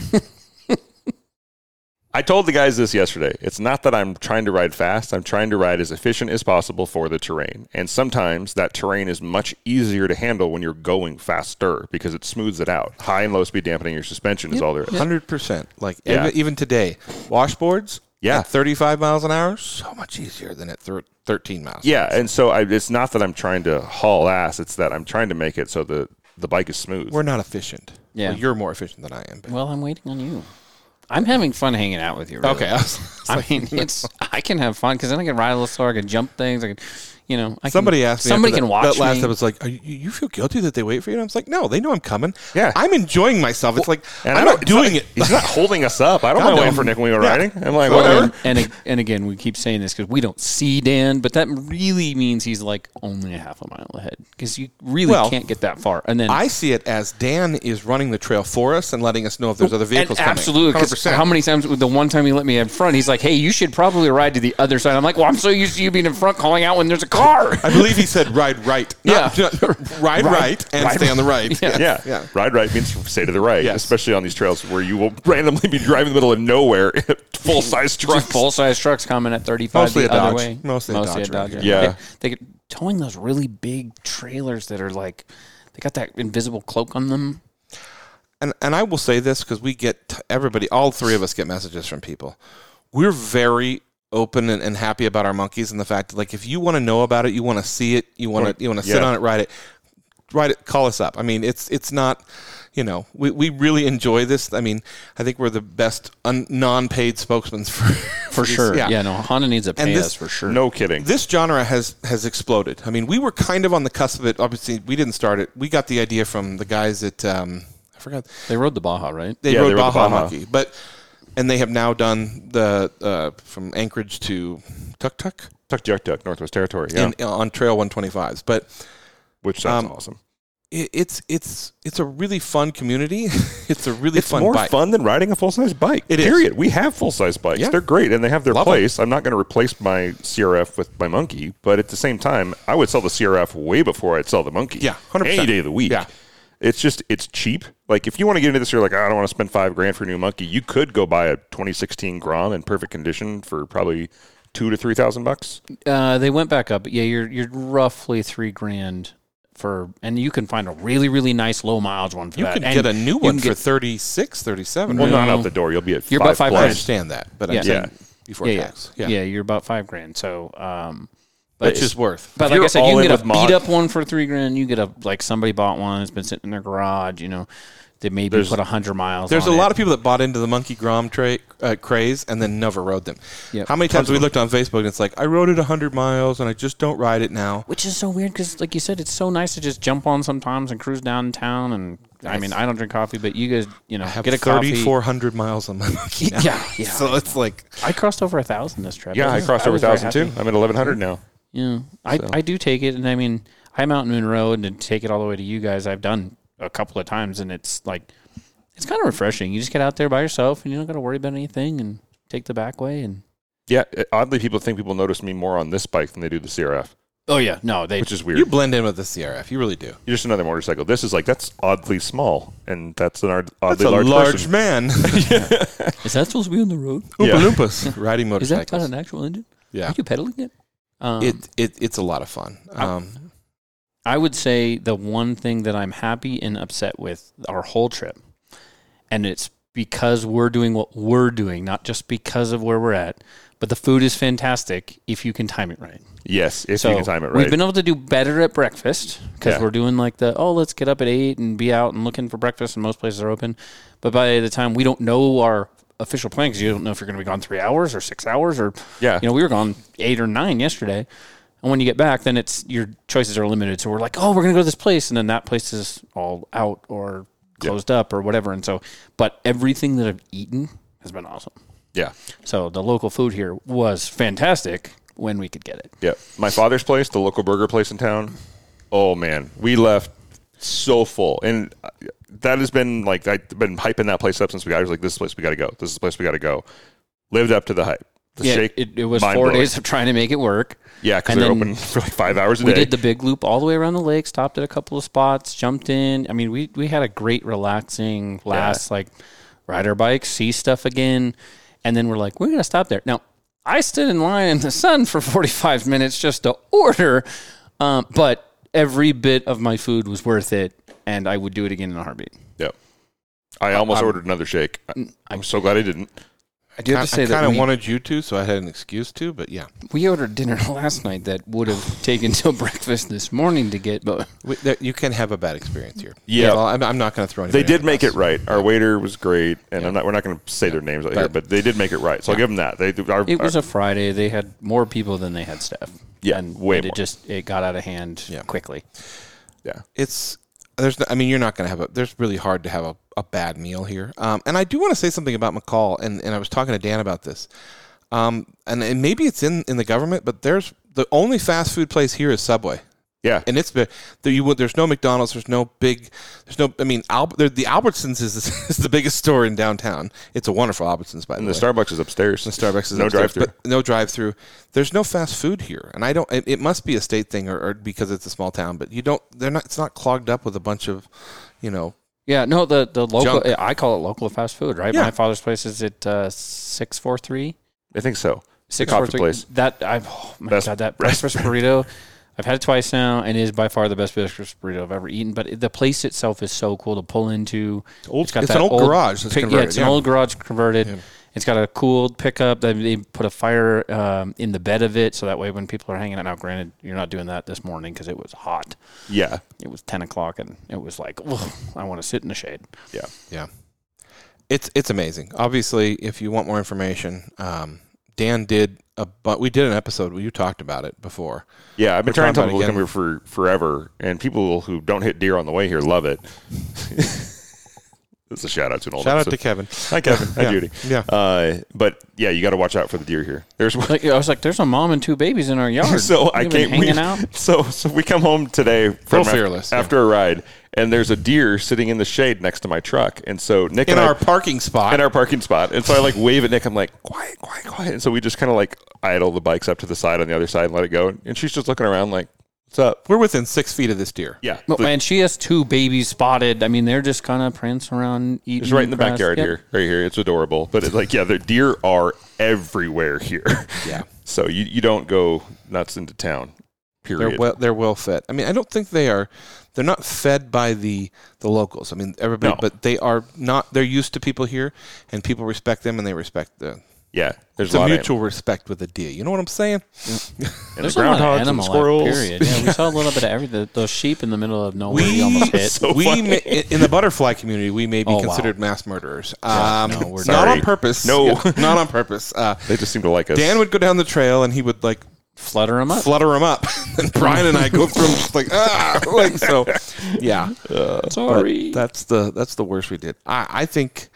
A: I told the guys this yesterday. It's not that I'm trying to ride fast. I'm trying to ride as efficient as possible for the terrain. And sometimes that terrain is much easier to handle when you're going faster because it smooths it out. High and low speed dampening your suspension is all there is.
B: Hundred percent. Like
A: Yeah.
B: even, even today, washboards.
A: Yeah.
B: at thirty-five miles an hour, so much easier than at thir- thirteen miles.
A: Yeah, and so I, it's not that I'm trying to haul ass. It's that I'm trying to make it so the the bike is smooth.
B: we're not efficient.
C: Yeah.
B: Well, you're more efficient than I am. But.
C: Well, I'm waiting on you. I'm having fun hanging out with you. really.
B: Okay, I was-
C: I mean, it's I can have fun because then I can ride a little slower. I can jump things. I can, you know, I
B: Somebody
C: can,
B: asked me
C: Somebody
B: after
C: can
B: that,
C: watch
B: that last
C: me.
B: episode. was like, Are you, you feel guilty that they wait for you? And I was like, no, they know I'm coming.
A: Yeah.
B: I'm enjoying myself. It's like
A: and
B: I'm
A: I don't-
B: not doing it.
A: He's not holding us up. I don't
B: God,
A: mind waiting
B: no.
A: for Nick when we were
B: Yeah.
A: riding. I'm like,
B: Well,
A: whatever.
C: and, and ag- and again, we keep saying this because we don't see Dan, but that really means he's like only a half a mile ahead because you really
B: Well,
C: can't get that far. And then
B: I see it as Dan is running the trail for us and letting us know if there's other
C: and
B: vehicles coming.
C: absolutely, 'cause
B: 100%.
C: how many times the one time he let me in front, he's like, "Hey, you should probably ride to the other side." I'm like, "Well, I'm so used to you being in front, calling out when there's a car."
B: I believe he said ride right. Not-
C: Yeah.
B: not- ride right and stay on the right.
C: Yeah.
A: yeah.
B: Yeah.
A: Ride right means stay to the right,
B: Yes.
A: especially on these trails where you will randomly be driving in the middle of nowhere in a full size truck.
C: full size trucks coming at 35
B: Mostly
C: the
B: a
C: other
B: Dodge.
C: way.
B: Mostly a Dodge around here.
A: Yeah.
C: They, they get towing those really big trailers that are like they got that invisible cloak on them.
B: and and I will say this because we get t- everybody, all three of us get messages from people. We're very open and, and happy about our monkeys and the fact that like if you want to know about it, you want to see it, you want to you want to sit
A: yeah.
B: on it, ride it, ride it, call us up. I mean, it's it's not. You know, we, we really enjoy this. I mean, I think we're the best un, non-paid spokesmen for
C: For
B: these-
C: sure. Yeah. no, Honda needs a pay
B: this-
C: us for sure.
A: No kidding.
B: this genre has has exploded. I mean, we were kind of on the cusp of it. Obviously, we didn't start it. We got the idea from the guys at um, I forgot
C: They rode the Baja, right?
B: they
A: Yeah,
B: rode
A: they rode the
B: Baja,
A: Baja.
B: Monkey, but and they have now done the uh, from Anchorage to Tuk Tuk
A: Tuck, tuck, tuck, Northwest Territory. Yeah.
B: in, on Trail 125s. But
A: which sounds
B: um,
A: awesome.
B: it, it's it's it's a really fun community. it's a really
A: It's
B: fun
A: more
B: bike.
A: fun than riding a full size bike.
B: It is.
A: period. We have full size bikes.
B: Yeah.
A: They're great and they have their
B: Love 'em.
A: place. I'm not going to replace my CRF with my monkey, but at the same time, I would sell the CRF way before I'd sell the monkey.
B: Yeah, 100%.
A: Any day of the week.
B: Yeah.
A: It's just it's cheap. Like if you want to get into this, you're like, "Oh, I don't want to spend five grand for a new monkey. You could go buy a 2016 Grom in perfect condition for probably two to three thousand bucks.
C: Uh, they went back up. Yeah, you're you're roughly three grand for, and you can find a really really nice low mileage one for
B: You
C: that.
B: could
C: And
B: get a new
C: you
B: one
C: can
B: for
C: get-
B: 36, 37.
A: Well,
B: right?
A: not
C: No.
A: out the door. You'll be at
C: You're
A: five
C: about five
B: I
A: plus.
C: grand.
B: understand that, but
C: Yeah.
B: I'm saying
A: Yeah.
B: before
C: yeah, yeah.
B: tax,
C: yeah, you're about five grand. So, um, but
B: which
C: it's-
B: is worth.
C: But
A: If
C: like I
A: you're
C: said, you
A: all
C: can
A: in
C: get a
A: with mod-
C: beat up one for three grand. You get a like somebody bought one. It's been sitting in their garage. You know, they maybe put a hundred miles.
B: There's a
C: on
B: lot
C: it.
B: of people that bought into the monkey grom tra- uh, craze and then never rode them.
C: Yep.
B: How many times have we looked on Facebook and it's like, I rode it 100 miles and I just don't ride it now.
C: which is so weird because, like you said, it's so nice to just jump on sometimes and cruise downtown. And I mean, I don't drink coffee, but you guys, you know,
B: have
C: get a coffee.
B: 3,400 miles on my monkey. now.
C: Yeah, yeah.
B: So it's like,
C: I crossed over a thousand this trip.
A: Yeah, I
C: was-
A: crossed over
C: was very
A: thousand too.
C: happy.
A: I'm at eleven hundred now.
C: Yeah, I, I do take it, and I mean, I Mountain Moon Road and take it all the way to you guys. I've done a couple of times, and it's like it's kind of refreshing. You just get out there by yourself, and you don't got to worry about anything, and take the back way. And
A: Yeah, oddly, people think people notice me more on this bike than they do the CRF,
C: oh yeah, no, they
A: which is weird.
B: you blend in with the CRF. You really do.
A: You're just another motorcycle. This is like that's oddly small, and that's an odd- oddly
B: That's a
A: large,
B: large,
A: person.
B: man.
C: is that supposed to be on the road?
A: Yeah.
B: Oompa Loompas riding
C: Is that got
B: motorcycles.
C: an actual engine?
B: yeah.
C: Are you pedaling it? Um,
B: It, it, it's a lot of fun. Um,
C: I would say the one thing that I'm happy and upset with our whole trip, and it's because we're doing what we're doing, not just because of where we're at, but the food is fantastic if you can time it right.
A: Yes, if you can time it
C: We've
A: right.
C: been able to do better at breakfast because
A: Yeah.
C: we're doing like the, oh, let's get up at eight and be out and looking for breakfast, and most places are open. But by the time we don't know our official plan because you don't know if you're going to be gone three hours or six hours or,
A: Yeah.
C: you know, we were gone eight or nine yesterday. And when you get back, then it's your choices are limited. So we're like, oh, we're going to go to this place. And then that place is all out or closed up or whatever. And so, but everything that I've eaten has been awesome.
A: Yeah.
C: So the local food here was fantastic when we could get it.
A: Yeah. My father's place, the local burger place in town. Oh man, we left so full, and uh, that has been like I've been hyping that place up since we got. I was like, this is the place we got to go. This is the place we got to go. Lived up to the hype. The
C: yeah,
A: shake.
C: it, it was four
A: mind-blowing.
C: days of trying to make it work.
A: Yeah, because
C: and
A: they're
C: then
A: open for like five hours a
C: We
A: day.
C: did the big loop all the way around the lake, stopped at a couple of spots, jumped in. I mean, we, we had a great, relaxing last, like, ride our bike, see stuff again. And then we're like, we're going to stop there. Now, I stood in line in the sun for 45 minutes just to order, um, but every bit of my food was worth it, and I would do it again in a heartbeat.
A: yep. I almost ordered another shake. I-
C: Mm,
A: I'm so glad I didn't.
C: I do have
B: I,
C: to say that
B: kind of
C: we-
B: wanted you to, so I had an excuse to, but yeah.
C: We ordered dinner last night that would have taken till breakfast this morning to get, but
B: We, that, you can have a bad experience here.
A: Yeah.
B: That's all. I'm, I'm not going to throw
A: They
B: anybody
A: did
B: under the
A: make it
B: bus.
A: right. Our waiter was great, and I'm not. We're not going to say their names out here,
B: But-
A: but they did make it right. So I'll give them that. They our,
C: it was
A: our-
C: a Friday. They had more people than they had staff.
A: Yeah,
C: and,
A: way
C: and
A: more.
C: it just it got out of hand
B: Yeah.
C: quickly.
A: yeah.
B: It's there's. no- I mean, you're not going to have a. There's really hard to have a, a bad meal here. Um, and I do want to say something about McCall, and and I was talking to Dan about this. Um, and, and maybe it's in in the government, but there's the only fast food place here is Subway.
A: Yeah.
B: and it's been there. You would there's no McDonald's, there's no big, there's no. I mean, Al, there, the Albertsons is, is the biggest store in downtown. It's a wonderful Albertsons, by the,
A: And
B: way.
A: the Starbucks is upstairs.
B: The Starbucks is
A: no drive
B: upstairs,
A: through.
B: but No drive through. There's no fast food here, and I don't. It, it must be a state thing, or, or because it's a small town. But you don't. They're not. It's not clogged up with a bunch of, you know.
C: Yeah, no, the the local
B: Junk.
C: I call it local fast food, right?
B: Yeah.
C: My father's place is at uh, six four three.
A: I think so.
C: Six
A: coffee
C: four three.
A: place.
C: That I've oh my
A: Best-
C: god that
A: best-
C: breakfast burrito. I've had it twice now, and it is by far the best breakfast burrito I've ever eaten. But the place itself is so cool to pull into.
B: Old-
C: it's got
B: it's
C: that
B: an old garage that's
C: pic- yeah,
B: converted,
C: it's
B: yeah.
C: an old garage converted.
B: Yeah.
C: It's got a cooled pickup. They, they put a fire um, in the bed of it, so that way when people are hanging out. Now, granted, you're not doing that this morning because it was hot.
A: Yeah.
C: It was ten o'clock, and it was like, "Ugh, I want to sit in the shade.
A: Yeah.
B: Yeah, it's it's amazing. Obviously, if you want more information, um, Dan did a but we did an episode where you talked about it before.
A: Yeah, I've been
B: We're
A: trying to tell
B: talking
A: people to
B: about it
A: come here for forever, and people who don't hit deer on the way here love it. it's a shout out to an old
B: Shout out
A: episode.
B: to Kevin.
A: Hi Kevin, hi
B: Yeah.
A: Judy.
B: Yeah.
A: uh, but yeah, you got to watch out for the deer here. There's one.
C: Like, I was like, "There's a mom and two babies in our yard."
A: so I
C: We've been
A: can't
C: hanging
A: we,
C: out.
A: So so we come home today from af-
B: fearless, yeah.
A: after a ride, and there's a deer sitting in the shade next to my truck, and so Nick
B: In
A: and I-
B: our parking spot.
A: in our parking spot. And so I like wave at Nick. I'm like, quiet, quiet, quiet. And so we just kind of like idle the bikes up to the side on the other side and let it go. And she's just looking around like, what's up?
B: We're within six feet of this deer.
A: Yeah.
C: Well, and she has two babies spotted. I mean, they're just kind of prancing around, eating.
A: It's right in the
C: grass.
A: backyard
C: Yep.
A: here, right here. It's adorable. But it's like, yeah, the deer are everywhere here.
B: Yeah.
A: So you, you don't go nuts into town,
B: They're
A: period.
B: well, they're well fed. I mean, I don't think they are. They're not fed by the the locals. I mean, everybody,
A: No.
B: but they are not. They're used to people here, and people respect them, and they respect the.
A: yeah. There's
B: It's
A: a
B: a
A: lot
B: mutual respect with the deer. You know what I'm saying?
A: of, and the
C: There's a lot
A: groundhogs
C: of
A: and
C: animal
A: squirrels.
C: life, period. Yeah, we saw a little bit of everything. Those sheep in the middle of nowhere, we, almost hit.
A: So
B: we
A: funny.
B: may, i- in the butterfly community, we may be
C: Oh, wow.
B: considered mass murderers.
C: Yeah,
B: Um,
C: no, we're
B: not
A: not.
B: on purpose.
A: No.
B: Yeah, not on purpose. Uh,
A: They just seem to like us.
B: Dan would go down the trail, and he would like
C: Flutter them up.
B: flutter him up, and Brian and I go through him just like ah, like so. Yeah, But
C: Sorry.
B: that's the that's the worst we did. I, I think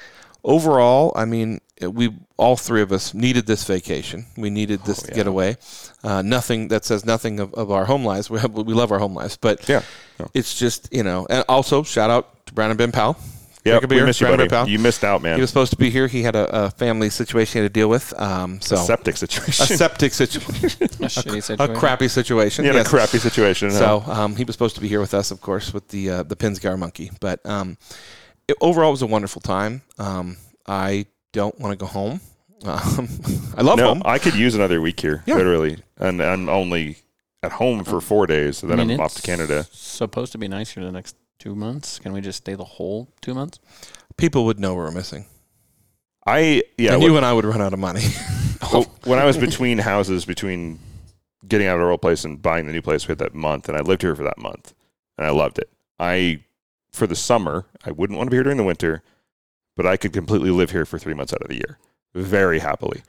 B: overall, I mean, we all three of us needed this vacation. We
A: Oh,
B: needed this getaway. Uh, nothing that says nothing of, of our home lives. We have, we love our home lives, but
A: Yeah. No.
B: it's just you know. And also shout out to Brandon Ben Powell.
A: Yeah,
B: Drink a
A: we
B: beer,
A: miss you,
B: Brandon Ben
A: buddy.
B: Powell.
A: You missed out, man.
B: He was supposed to be here. He had a, a family situation he had to deal with. Um, so
A: septic situation.
B: a septic situation,
C: A shitty
B: a
C: situation.
B: crappy situation.
A: He had
B: Yes.
A: a crappy situation. huh?
B: So um, he was supposed to be here with us, of course, with the uh, the Pinsgar monkey. But um, it, overall, it was a wonderful time. Um, I don't want to go home. Um, I love
A: no,
B: home.
A: I could use another week here,
B: Yeah.
A: literally. And I'm only at home for four days, so
C: I
A: then I
C: mean,
A: am off to
C: it's
A: Canada.
C: Supposed to be nice here the next two months. Can we just stay the whole two months?
B: People would know we were missing,
A: I yeah. Oh,
B: and
A: When,
B: you and I would run out of money.
A: when I was between houses, between getting out of our old place and buying the new place, we had that month, and I lived here for that month, and I loved it. I for the summer, I wouldn't want to be here during the winter, but I could completely live here for three months out of the year, very happily.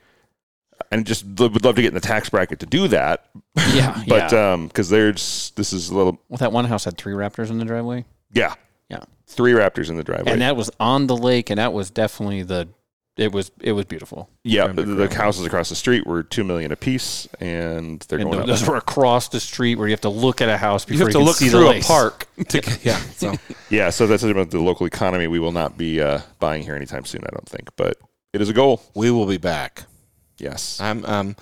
A: And just lo- would love to get in the tax bracket to do that,
C: Yeah,
A: but
C: yeah.
A: um, because there's this is a little
C: Well, that one house had three raptors in the driveway,
A: yeah
C: Yeah.
A: three raptors in the driveway
C: and that was on the lake, and that was definitely the it was it was beautiful.
A: Yeah,
B: Remember
A: the, the
B: correctly.
A: houses across the street were two million apiece, and they're
C: And
A: going up.
C: those were across the street where you have to look at a house
B: You
C: before
B: have
C: you,
B: to
C: can
B: look
C: see
B: through
C: the
B: a
C: lace.
B: park to get, yeah. So
A: Yeah, so that's about the local economy. We will not be uh, buying here anytime soon, I don't think, but it is a goal.
B: we will be back.
A: Yes.
B: I'm um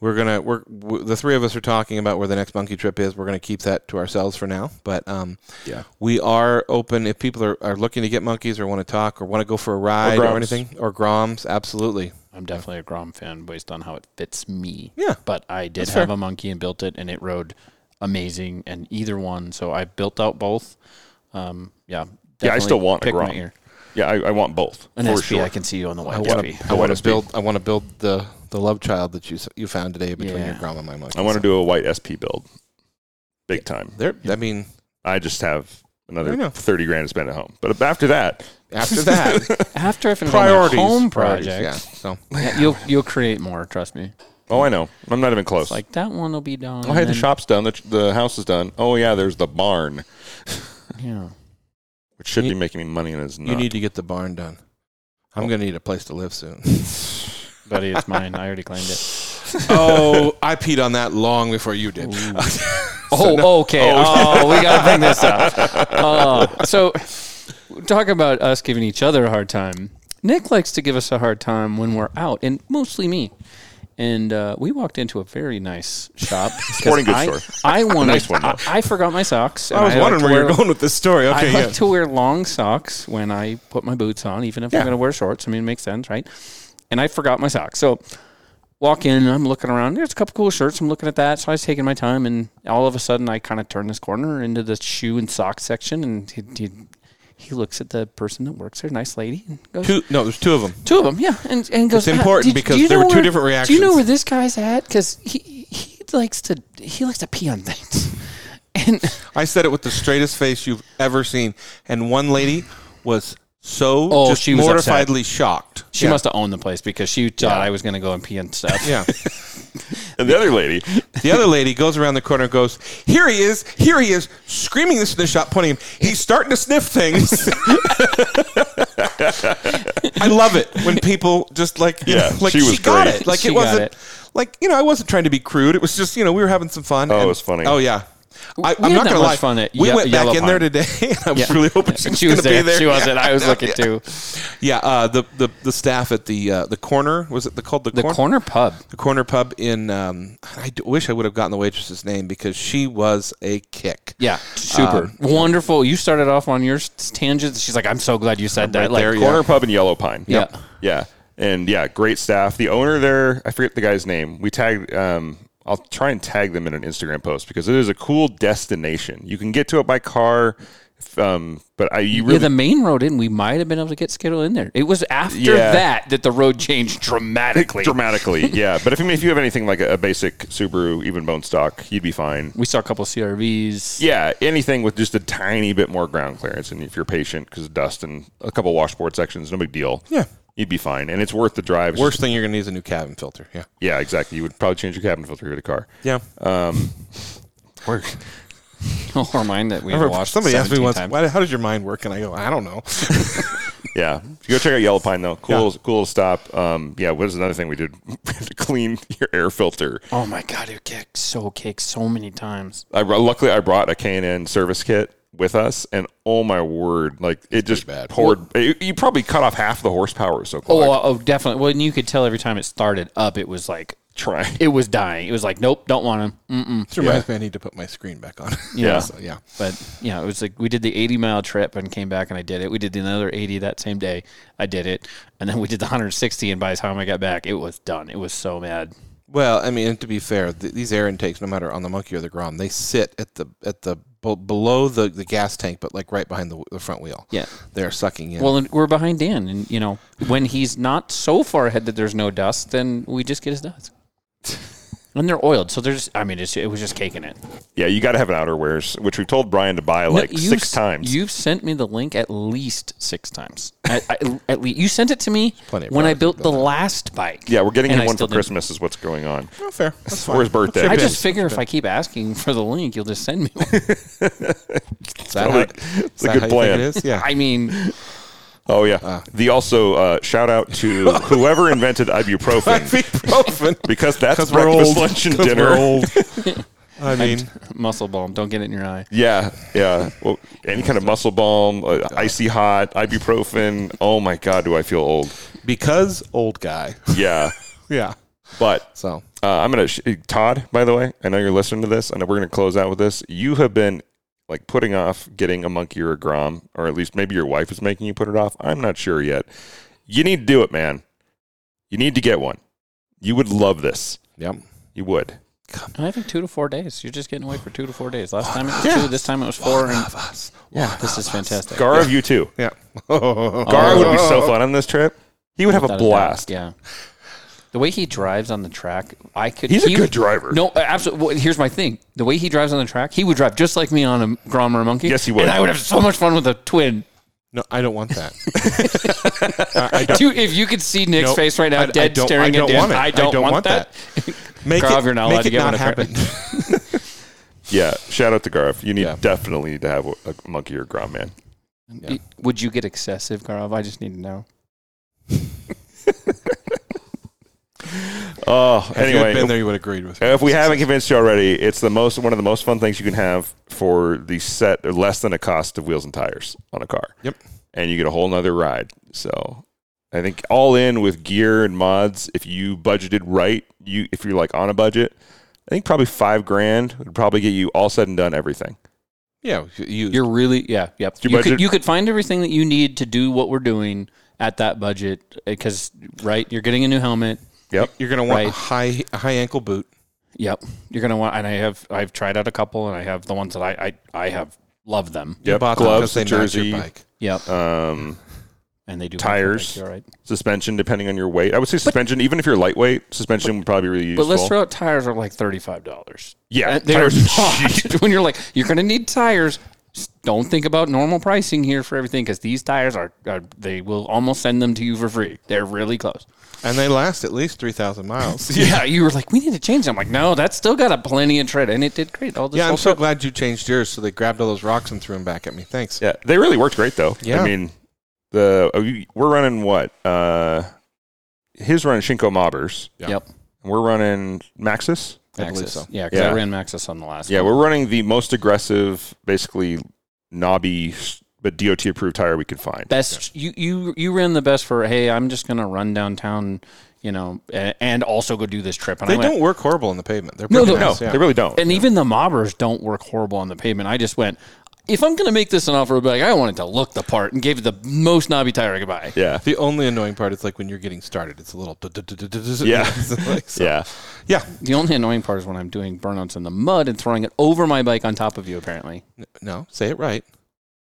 B: we're gonna we're w- the three of us are talking about where the next monkey trip is. We're gonna keep that to ourselves for now. But um
A: Yeah.
B: we are open if people are, are looking to get monkeys or want to talk or want to go for a ride or,
A: groms.
B: anything or groms. Absolutely,
C: I'm definitely a Grom fan based on how it fits me.
B: Yeah.
C: But I did
B: That's
C: have
B: fair.
C: a monkey and built it, and it rode amazing. And either one, so I built out both. Um, yeah.
A: Yeah, I
C: definitely
A: still want a
C: pick my
A: Grom.
C: ear.
A: Yeah, I, I want both
C: An
A: for
C: SP,
A: sure.
C: I can see you on the
B: I
C: white
B: want
C: SP.
B: to I want to
A: OSB.
B: build I want to build the the love child that you s- you found today between
C: Yeah.
B: your grom and my monkey.
A: I want to
B: So
A: do a white SP build, big time.
B: there. I mean,
A: I just have
B: I know.
A: another thirty grand to spend at home, but after that,
B: after that,
C: After I finish
B: priorities,
C: priorities, my home
B: Priorities,
C: project,
B: Yeah. So
C: yeah, you'll you'll create more. Trust me.
A: oh, I know, I'm not even close.
C: It's like that one will be done.
A: oh, hey, the
C: then-
A: shop's done, the, the house is done. Oh yeah, there's the barn,
C: Yeah.
A: which should
B: You-
A: be making me money and is not.
B: you need to get the barn done. I'm gonna need a place to live soon.
C: Buddy, it's mine. I already claimed it.
B: oh, I peed on that long before you did.
C: Oh, okay. Oh, we got to bring this up. Uh, so, talk about us giving each other a hard time. Nick likes to give us a hard time when we're out, and mostly me. And uh, we walked into a very nice shop. 'cause
A: Sporting goods
C: I,
A: store.
C: I wanted.
A: nice one, though.
C: I, I forgot my socks. and
B: I was
C: like
B: wondering
C: to
B: where
C: wear-
B: you're going with this story. Okay,
C: I like
B: yeah.
C: to wear long socks when I put my boots on, even if
B: Yeah.
C: I'm going to wear shorts. I mean, it makes sense, right? And I forgot my socks. So walk in, and I'm looking around. There's a couple cool shirts. I'm looking at that. So I was taking my time, and all of a sudden, I kind of turn this corner into the shoe and sock section, and he, he, he looks at the person that works there, nice lady, and goes,
B: Two, no, there's two of them.
C: Two of them, yeah. And and goes. "Ah,
B: important
C: did-
B: because
C: do you
B: there
C: know
B: were two
C: where-
B: different
C: Do you
B: reactions.
C: know where this guy's at? Because he he likes to he likes to pee on things. And
B: I said it with the straightest face you've ever seen, and one lady was so
C: Oh,
B: just
C: she was upset.
B: mortifiedly shocked.
C: she
B: yeah.
C: must have owned the place because she thought I was going to go and pee and stuff.
B: Yeah.
A: and the other lady,
B: The other lady goes around the corner and goes, "Here he is! Here he is!" Screaming this in the shop, pointing. Him. He's starting to sniff things. I love it when people just like you
A: Yeah,
B: know, like
A: she
B: she,
A: was
B: got
A: great.
B: it. Like
C: She
B: it
C: got
B: wasn't
C: it.
B: like you know I wasn't trying to be crude. It was just you know we were having some fun.
A: Oh, it was funny.
B: Oh yeah. I,
C: had
B: I'm not
C: that
B: gonna
C: much
B: lie.
C: fun at
B: we
C: Ye-
B: went back
C: Yellow
B: in
C: Pine.
B: there today. I was
C: Yeah.
B: really hoping she was,
C: she was
B: gonna
C: there.
B: be there.
C: She wasn't. I was
B: Yeah.
C: looking too.
B: Yeah, uh, the, the the staff at the uh, the corner was it the, called the,
C: The
B: corner
C: corner pub.
B: the corner pub in. Um, I d- wish I would have gotten the waitress's name because she was a kick.
C: Yeah, super wonderful. You started off on your s- tangent. She's like, "I'm so glad you said that." Like,
B: there, yeah.
A: Corner Pub in Yellow Pine.
C: Yeah.
A: Yeah. And yeah, great staff. The owner there, I forget the guy's name. We tagged, um, I'll try and tag them in an Instagram post because it is a cool destination. You can get to it by car. if, Um, but I, you
C: yeah,
A: really,
C: the main road in, we might have been able to get Skittle in there. It was after
A: Yeah.
C: that that the road changed dramatically.
A: dramatically, yeah. But if, I mean, if you have anything like a, a basic Subaru, even bone stock, you'd be fine.
C: we saw a couple CRVs.
A: Yeah, anything with just a tiny bit more ground clearance, and if you're patient, because dust and a couple washboard sections, no big deal.
B: Yeah.
A: you'd be fine, and it's worth the drive. It's
B: Worst thing you're gonna need is a new cabin filter. Yeah. Uh,
A: Yeah, exactly. You would probably change your cabin filter with a car.
B: Yeah.
A: Work.
C: or mine that we watched.
B: somebody asked me
C: 17
B: once,
C: times.
B: Why, "How does your mind work?" And I go, "I don't know."
A: Yeah. Go check out Yellow Pine though. Cool, cool little stop. Um, yeah. What is another thing we did? We had to clean your air filter.
C: Oh my god, it kicked so kicked so many times.
A: I br- luckily I brought a K&N service kit with us, and oh my word, like it just
B: bad.
A: poured. it- you probably cut off half the horsepower. it was So
C: Oh,
A: close.
C: oh, oh, definitely. Well, and you could tell every time it started up, it was like
A: trying.
C: it was dying. It was like, nope, don't want him.
B: This reminds me, I need to put my screen back on.
A: Yeah.
B: So, Mm, yeah.
C: But yeah, it was like we did the 80 mile trip and came back and I did it. We did another 80 that same day. I did it. And then we did the 160. And by the time I got back, it was done. It was so mad.
B: Well, I mean, and to be fair, th- these air intakes, no matter on the monkey or the grom, they sit at the at the b- below the, the gas tank, but like right behind the, w- the front wheel.
C: Yeah.
B: They're sucking in.
C: Well, and we're behind Dan. And, you know, when he's not so far ahead that there's no dust, then we just get his dust. And they're oiled. So there's, I mean, it's, it was just caking it.
A: Yeah, you got to have an outerwears, which we told Brian to buy like
C: No, you've
A: six
C: s-
A: times.
C: You've sent me the link at least six times. at, at, at least you sent it to me
B: plenty of
C: when
B: products
C: I
B: to
C: built the
B: build
C: last bike.
A: yeah, we're getting
C: and
A: him
C: I
A: one for
C: still didn't-
A: Christmas. Is what's going on.
B: Oh, fair. That's
A: For his birthday.
C: I
A: Been-
C: just figure if I keep asking for the link, you'll just send me one.
B: Is that
A: Probably-
B: how-
A: it's
B: is
A: a good
B: that how you think
A: plan.
B: It is? Yeah.
C: I mean,
A: Oh yeah. the also uh, shout out to whoever invented ibuprofen
B: Ibuprofen.
A: because that's
B: 'Cause we're
A: breakfast,
B: old.
A: lunch, and
B: 'Cause we're
A: dinner.
B: old. I mean,
C: Muscle balm. Don't get it in your eye.
A: Yeah, yeah. Well, any kind of muscle balm, uh, icy hot, ibuprofen. Oh my god, do I feel old?
B: because old guy.
A: Yeah,
B: Yeah.
A: but
B: So
A: Uh, I'm gonna sh- Todd. By the way, I know you're listening to this, and we're gonna close out with this. You have been like putting off getting a monkey or a grom, or at least maybe your wife is making you put it off. I'm not sure yet. You need to do it, man. You need to get one. You would love this.
B: yep.
A: You would.
C: I think two to four days. You're just getting away for two to four days. Last time it was two. This time it was four. And yeah, this is fantastic.
A: Garv, you too.
B: Yeah. Oh.
A: Garv
B: Gar
A: would be so fun on this trip. He would have a
C: Without
A: blast.
C: doubt, Yeah. The way he drives on the track, I could.
A: He's a
C: he
A: good
C: would-
A: driver.
C: No, absolutely. Well, here's my thing: the way he drives on the track, he would drive just like me on a Grom or a monkey.
A: Yes, he would.
C: And I would have so much fun with a twin.
B: No, I don't want that.
C: Dude, if you could see Nick's
B: Nope.
C: face right now,
B: I- I
C: dead
B: don't-
C: staring
B: I don't
C: at Dan,
B: want it.
C: I, don't want, that.
B: Make
C: Garv,
B: it,
C: you're not
B: make
C: allowed to
B: it
C: get
B: not
C: one of the-
B: happen.
A: Yeah. Shout out to Garv. You need
B: Yeah.
A: definitely need to have a a monkey or a grom, man.
B: Yeah.
C: Would you get excessive, Garov? I just need to know.
A: Oh,
B: If you
A: anyway,
B: had been there, you would have agreed with me.
A: And if we haven't convinced you already, it's the most one of the most fun things you can have for the set or less than a cost of wheels and tires on a car.
B: Yep.
A: And you get a whole nother ride. So I think all in with gear and mods, if you budgeted right, you if you're like on a budget, I think probably five grand would probably get you all said and done everything.
B: Yeah, you.
C: You're really, yeah, yep.
A: Your
C: You
A: budget-
C: could, you could find everything that you need to do what we're doing at that budget because, right, you're getting a new helmet.
A: Yep.
B: You're gonna want a
C: Right.
B: high a high ankle boot.
C: Yep, you're gonna want. And I have, I've tried out a couple, and I have the ones that I, I, I have loved them.
B: You
A: Yep.
B: bought them 'cause
A: Gloves,
B: they
A: a
B: match your
A: jersey,
B: bike.
C: Yep,
A: um,
C: and they do
A: tires.
C: All right.
A: suspension depending on your weight. I would say suspension, even if you're lightweight, suspension would probably be really useful.
C: But let's throw out tires are like thirty five dollars.
A: Yeah,
C: they're
A: tires are
C: not- when you're like you're gonna need tires. s- Don't think about normal pricing here for everything because these tires are, are they will almost send them to you for free. They're really close.
B: and they last at least three thousand miles.
C: Yeah, you were like, we need to change. them. I'm like, no, that's still got a plenty of tread, and it did great. All this
B: yeah,
C: whole
B: I'm so
C: trip.
B: glad you changed yours. So they grabbed all those rocks and threw them back at me. Thanks.
A: Yeah, they really worked great though.
B: Yeah.
A: I mean, the oh, you- we're running what? Uh, his running Shinko Mobbers.
B: Yeah.
C: Yep.
A: And we're running Maxis.
B: I believe
C: Maxxis.
B: so.
C: Yeah, because
A: Yeah.
C: I ran Maxis on the last.
A: Yeah, we're running the most aggressive, basically knobby, but DOT approved tire we could find.
C: best you you you ran the best for hey i'm just gonna run downtown you know and, and also go do this trip and
B: They
C: i went
B: don't work horrible on the pavement. They're
C: No,
B: pretty
A: no,
B: nice, yeah.
A: they really don't.
C: and even the mobbers don't work horrible on the pavement i just went if i'm gonna make this an off-road bike i want it to look the part and gave it the most knobby tire i could buy
A: yeah,
B: The only annoying part is like when you're getting started, it's a little. duh, duh, duh, duh, duh, duh, duh,
A: Yeah.
B: it's like, so-
A: yeah,
B: yeah.
C: the only annoying part is when i'm doing burnouts in the mud and throwing it over my bike on top of you apparently
B: N- No, say it right.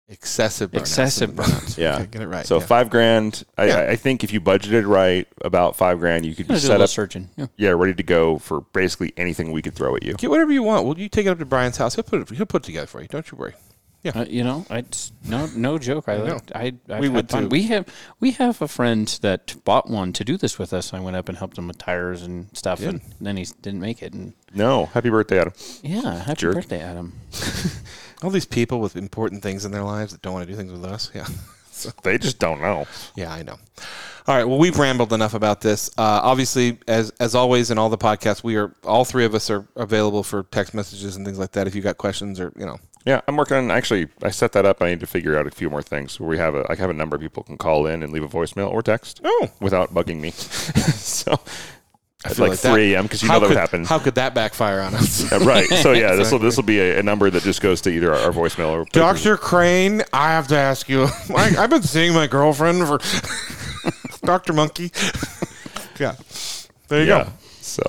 B: Excessive burnouts.
C: excessive burnouts
A: yeah.
B: Okay, get it right.
A: So
B: yeah.
A: five grand. I,
B: Yeah.
A: I- I think if you budgeted right, about five grand, you could
C: I'm
A: be
C: gonna do a
A: set
C: little
A: up.
C: searching yeah.
A: Yeah, ready to go for basically anything we could throw at you.
B: Get whatever you want. Well, you take it up to Brian's house. He'll put it. He'll put it together for you. Don't you worry.
C: Uh, you know, I no no joke. I
B: know.
C: liked- I, I
B: We
C: we
B: would
C: would
B: too.
C: fun. we have we have a friend that bought one to do this with us. I went up and helped him with tires and stuff, and then he s- didn't make it. And
A: No, happy birthday, Adam.
C: yeah, happy
A: Jerk.
C: birthday, Adam.
B: All these people with important things in their lives that don't want to do things with us. Yeah.
A: They just don't know.
B: Yeah, I know. All right. Well, we've rambled enough about this. Uh, obviously, as as always in all the podcasts, we are all three of us are available for text messages and things like that. If you got questions or you know,
A: Yeah, I'm working on actually. I set that up. I need to figure out a few more things where we have a I have a number of people can call in and leave a voicemail or text.
B: Oh.
A: without bugging me. so I
B: feel
A: feel like,
B: like that-
A: three am because you
B: how
A: know that
B: could
A: would happen.
B: how could that backfire on us?
A: Yeah, right. So yeah, this will this will be a, a number that just goes to either our, our voicemail or
B: Doctor Crane, I have to ask you. I, I've been seeing my girlfriend for Doctor Monkey. yeah. There you
A: Yeah.
B: go.
A: So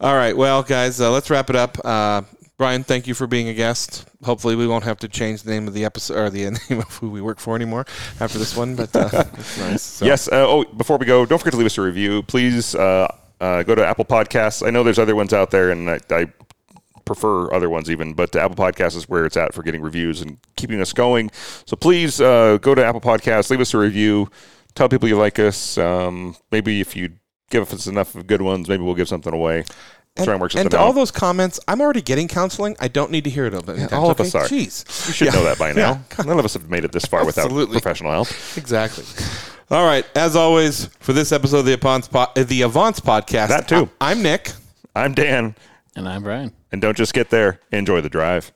B: All right. Well, guys, uh, let's wrap it up. Uh, Brian, thank you for being a guest. Hopefully, we won't have to change the name of the episode or the name of who we work for anymore after this one. But uh, it's nice. So.
A: Yes. Uh, oh, before we go, don't forget to leave us a review. Please uh, uh, go to Apple Podcasts. I know there's other ones out there, and I, I prefer other ones even, but the Apple Podcasts is where it's at for getting reviews and keeping us going. So please uh, go to Apple Podcasts, leave us a review, tell people you like us. Um, maybe if you give us enough of good ones, maybe we'll give something away.
B: And,
A: Trying works up
B: and
A: and
B: to all
A: down.
B: those comments, I'm already getting counseling. I don't need to hear it. All, yeah,
A: all of us are.
B: Jeez.
A: You should know that by now.
B: Yeah.
A: None of us have made it this far without
B: Absolutely.
A: professional help.
B: Exactly. All right. As always, for this episode of the Avance, po- uh, the Avance podcast,
A: That too.
B: I- I'm Nick.
A: I'm Dan,
C: And I'm Brian.
A: and don't just get there. Enjoy the drive.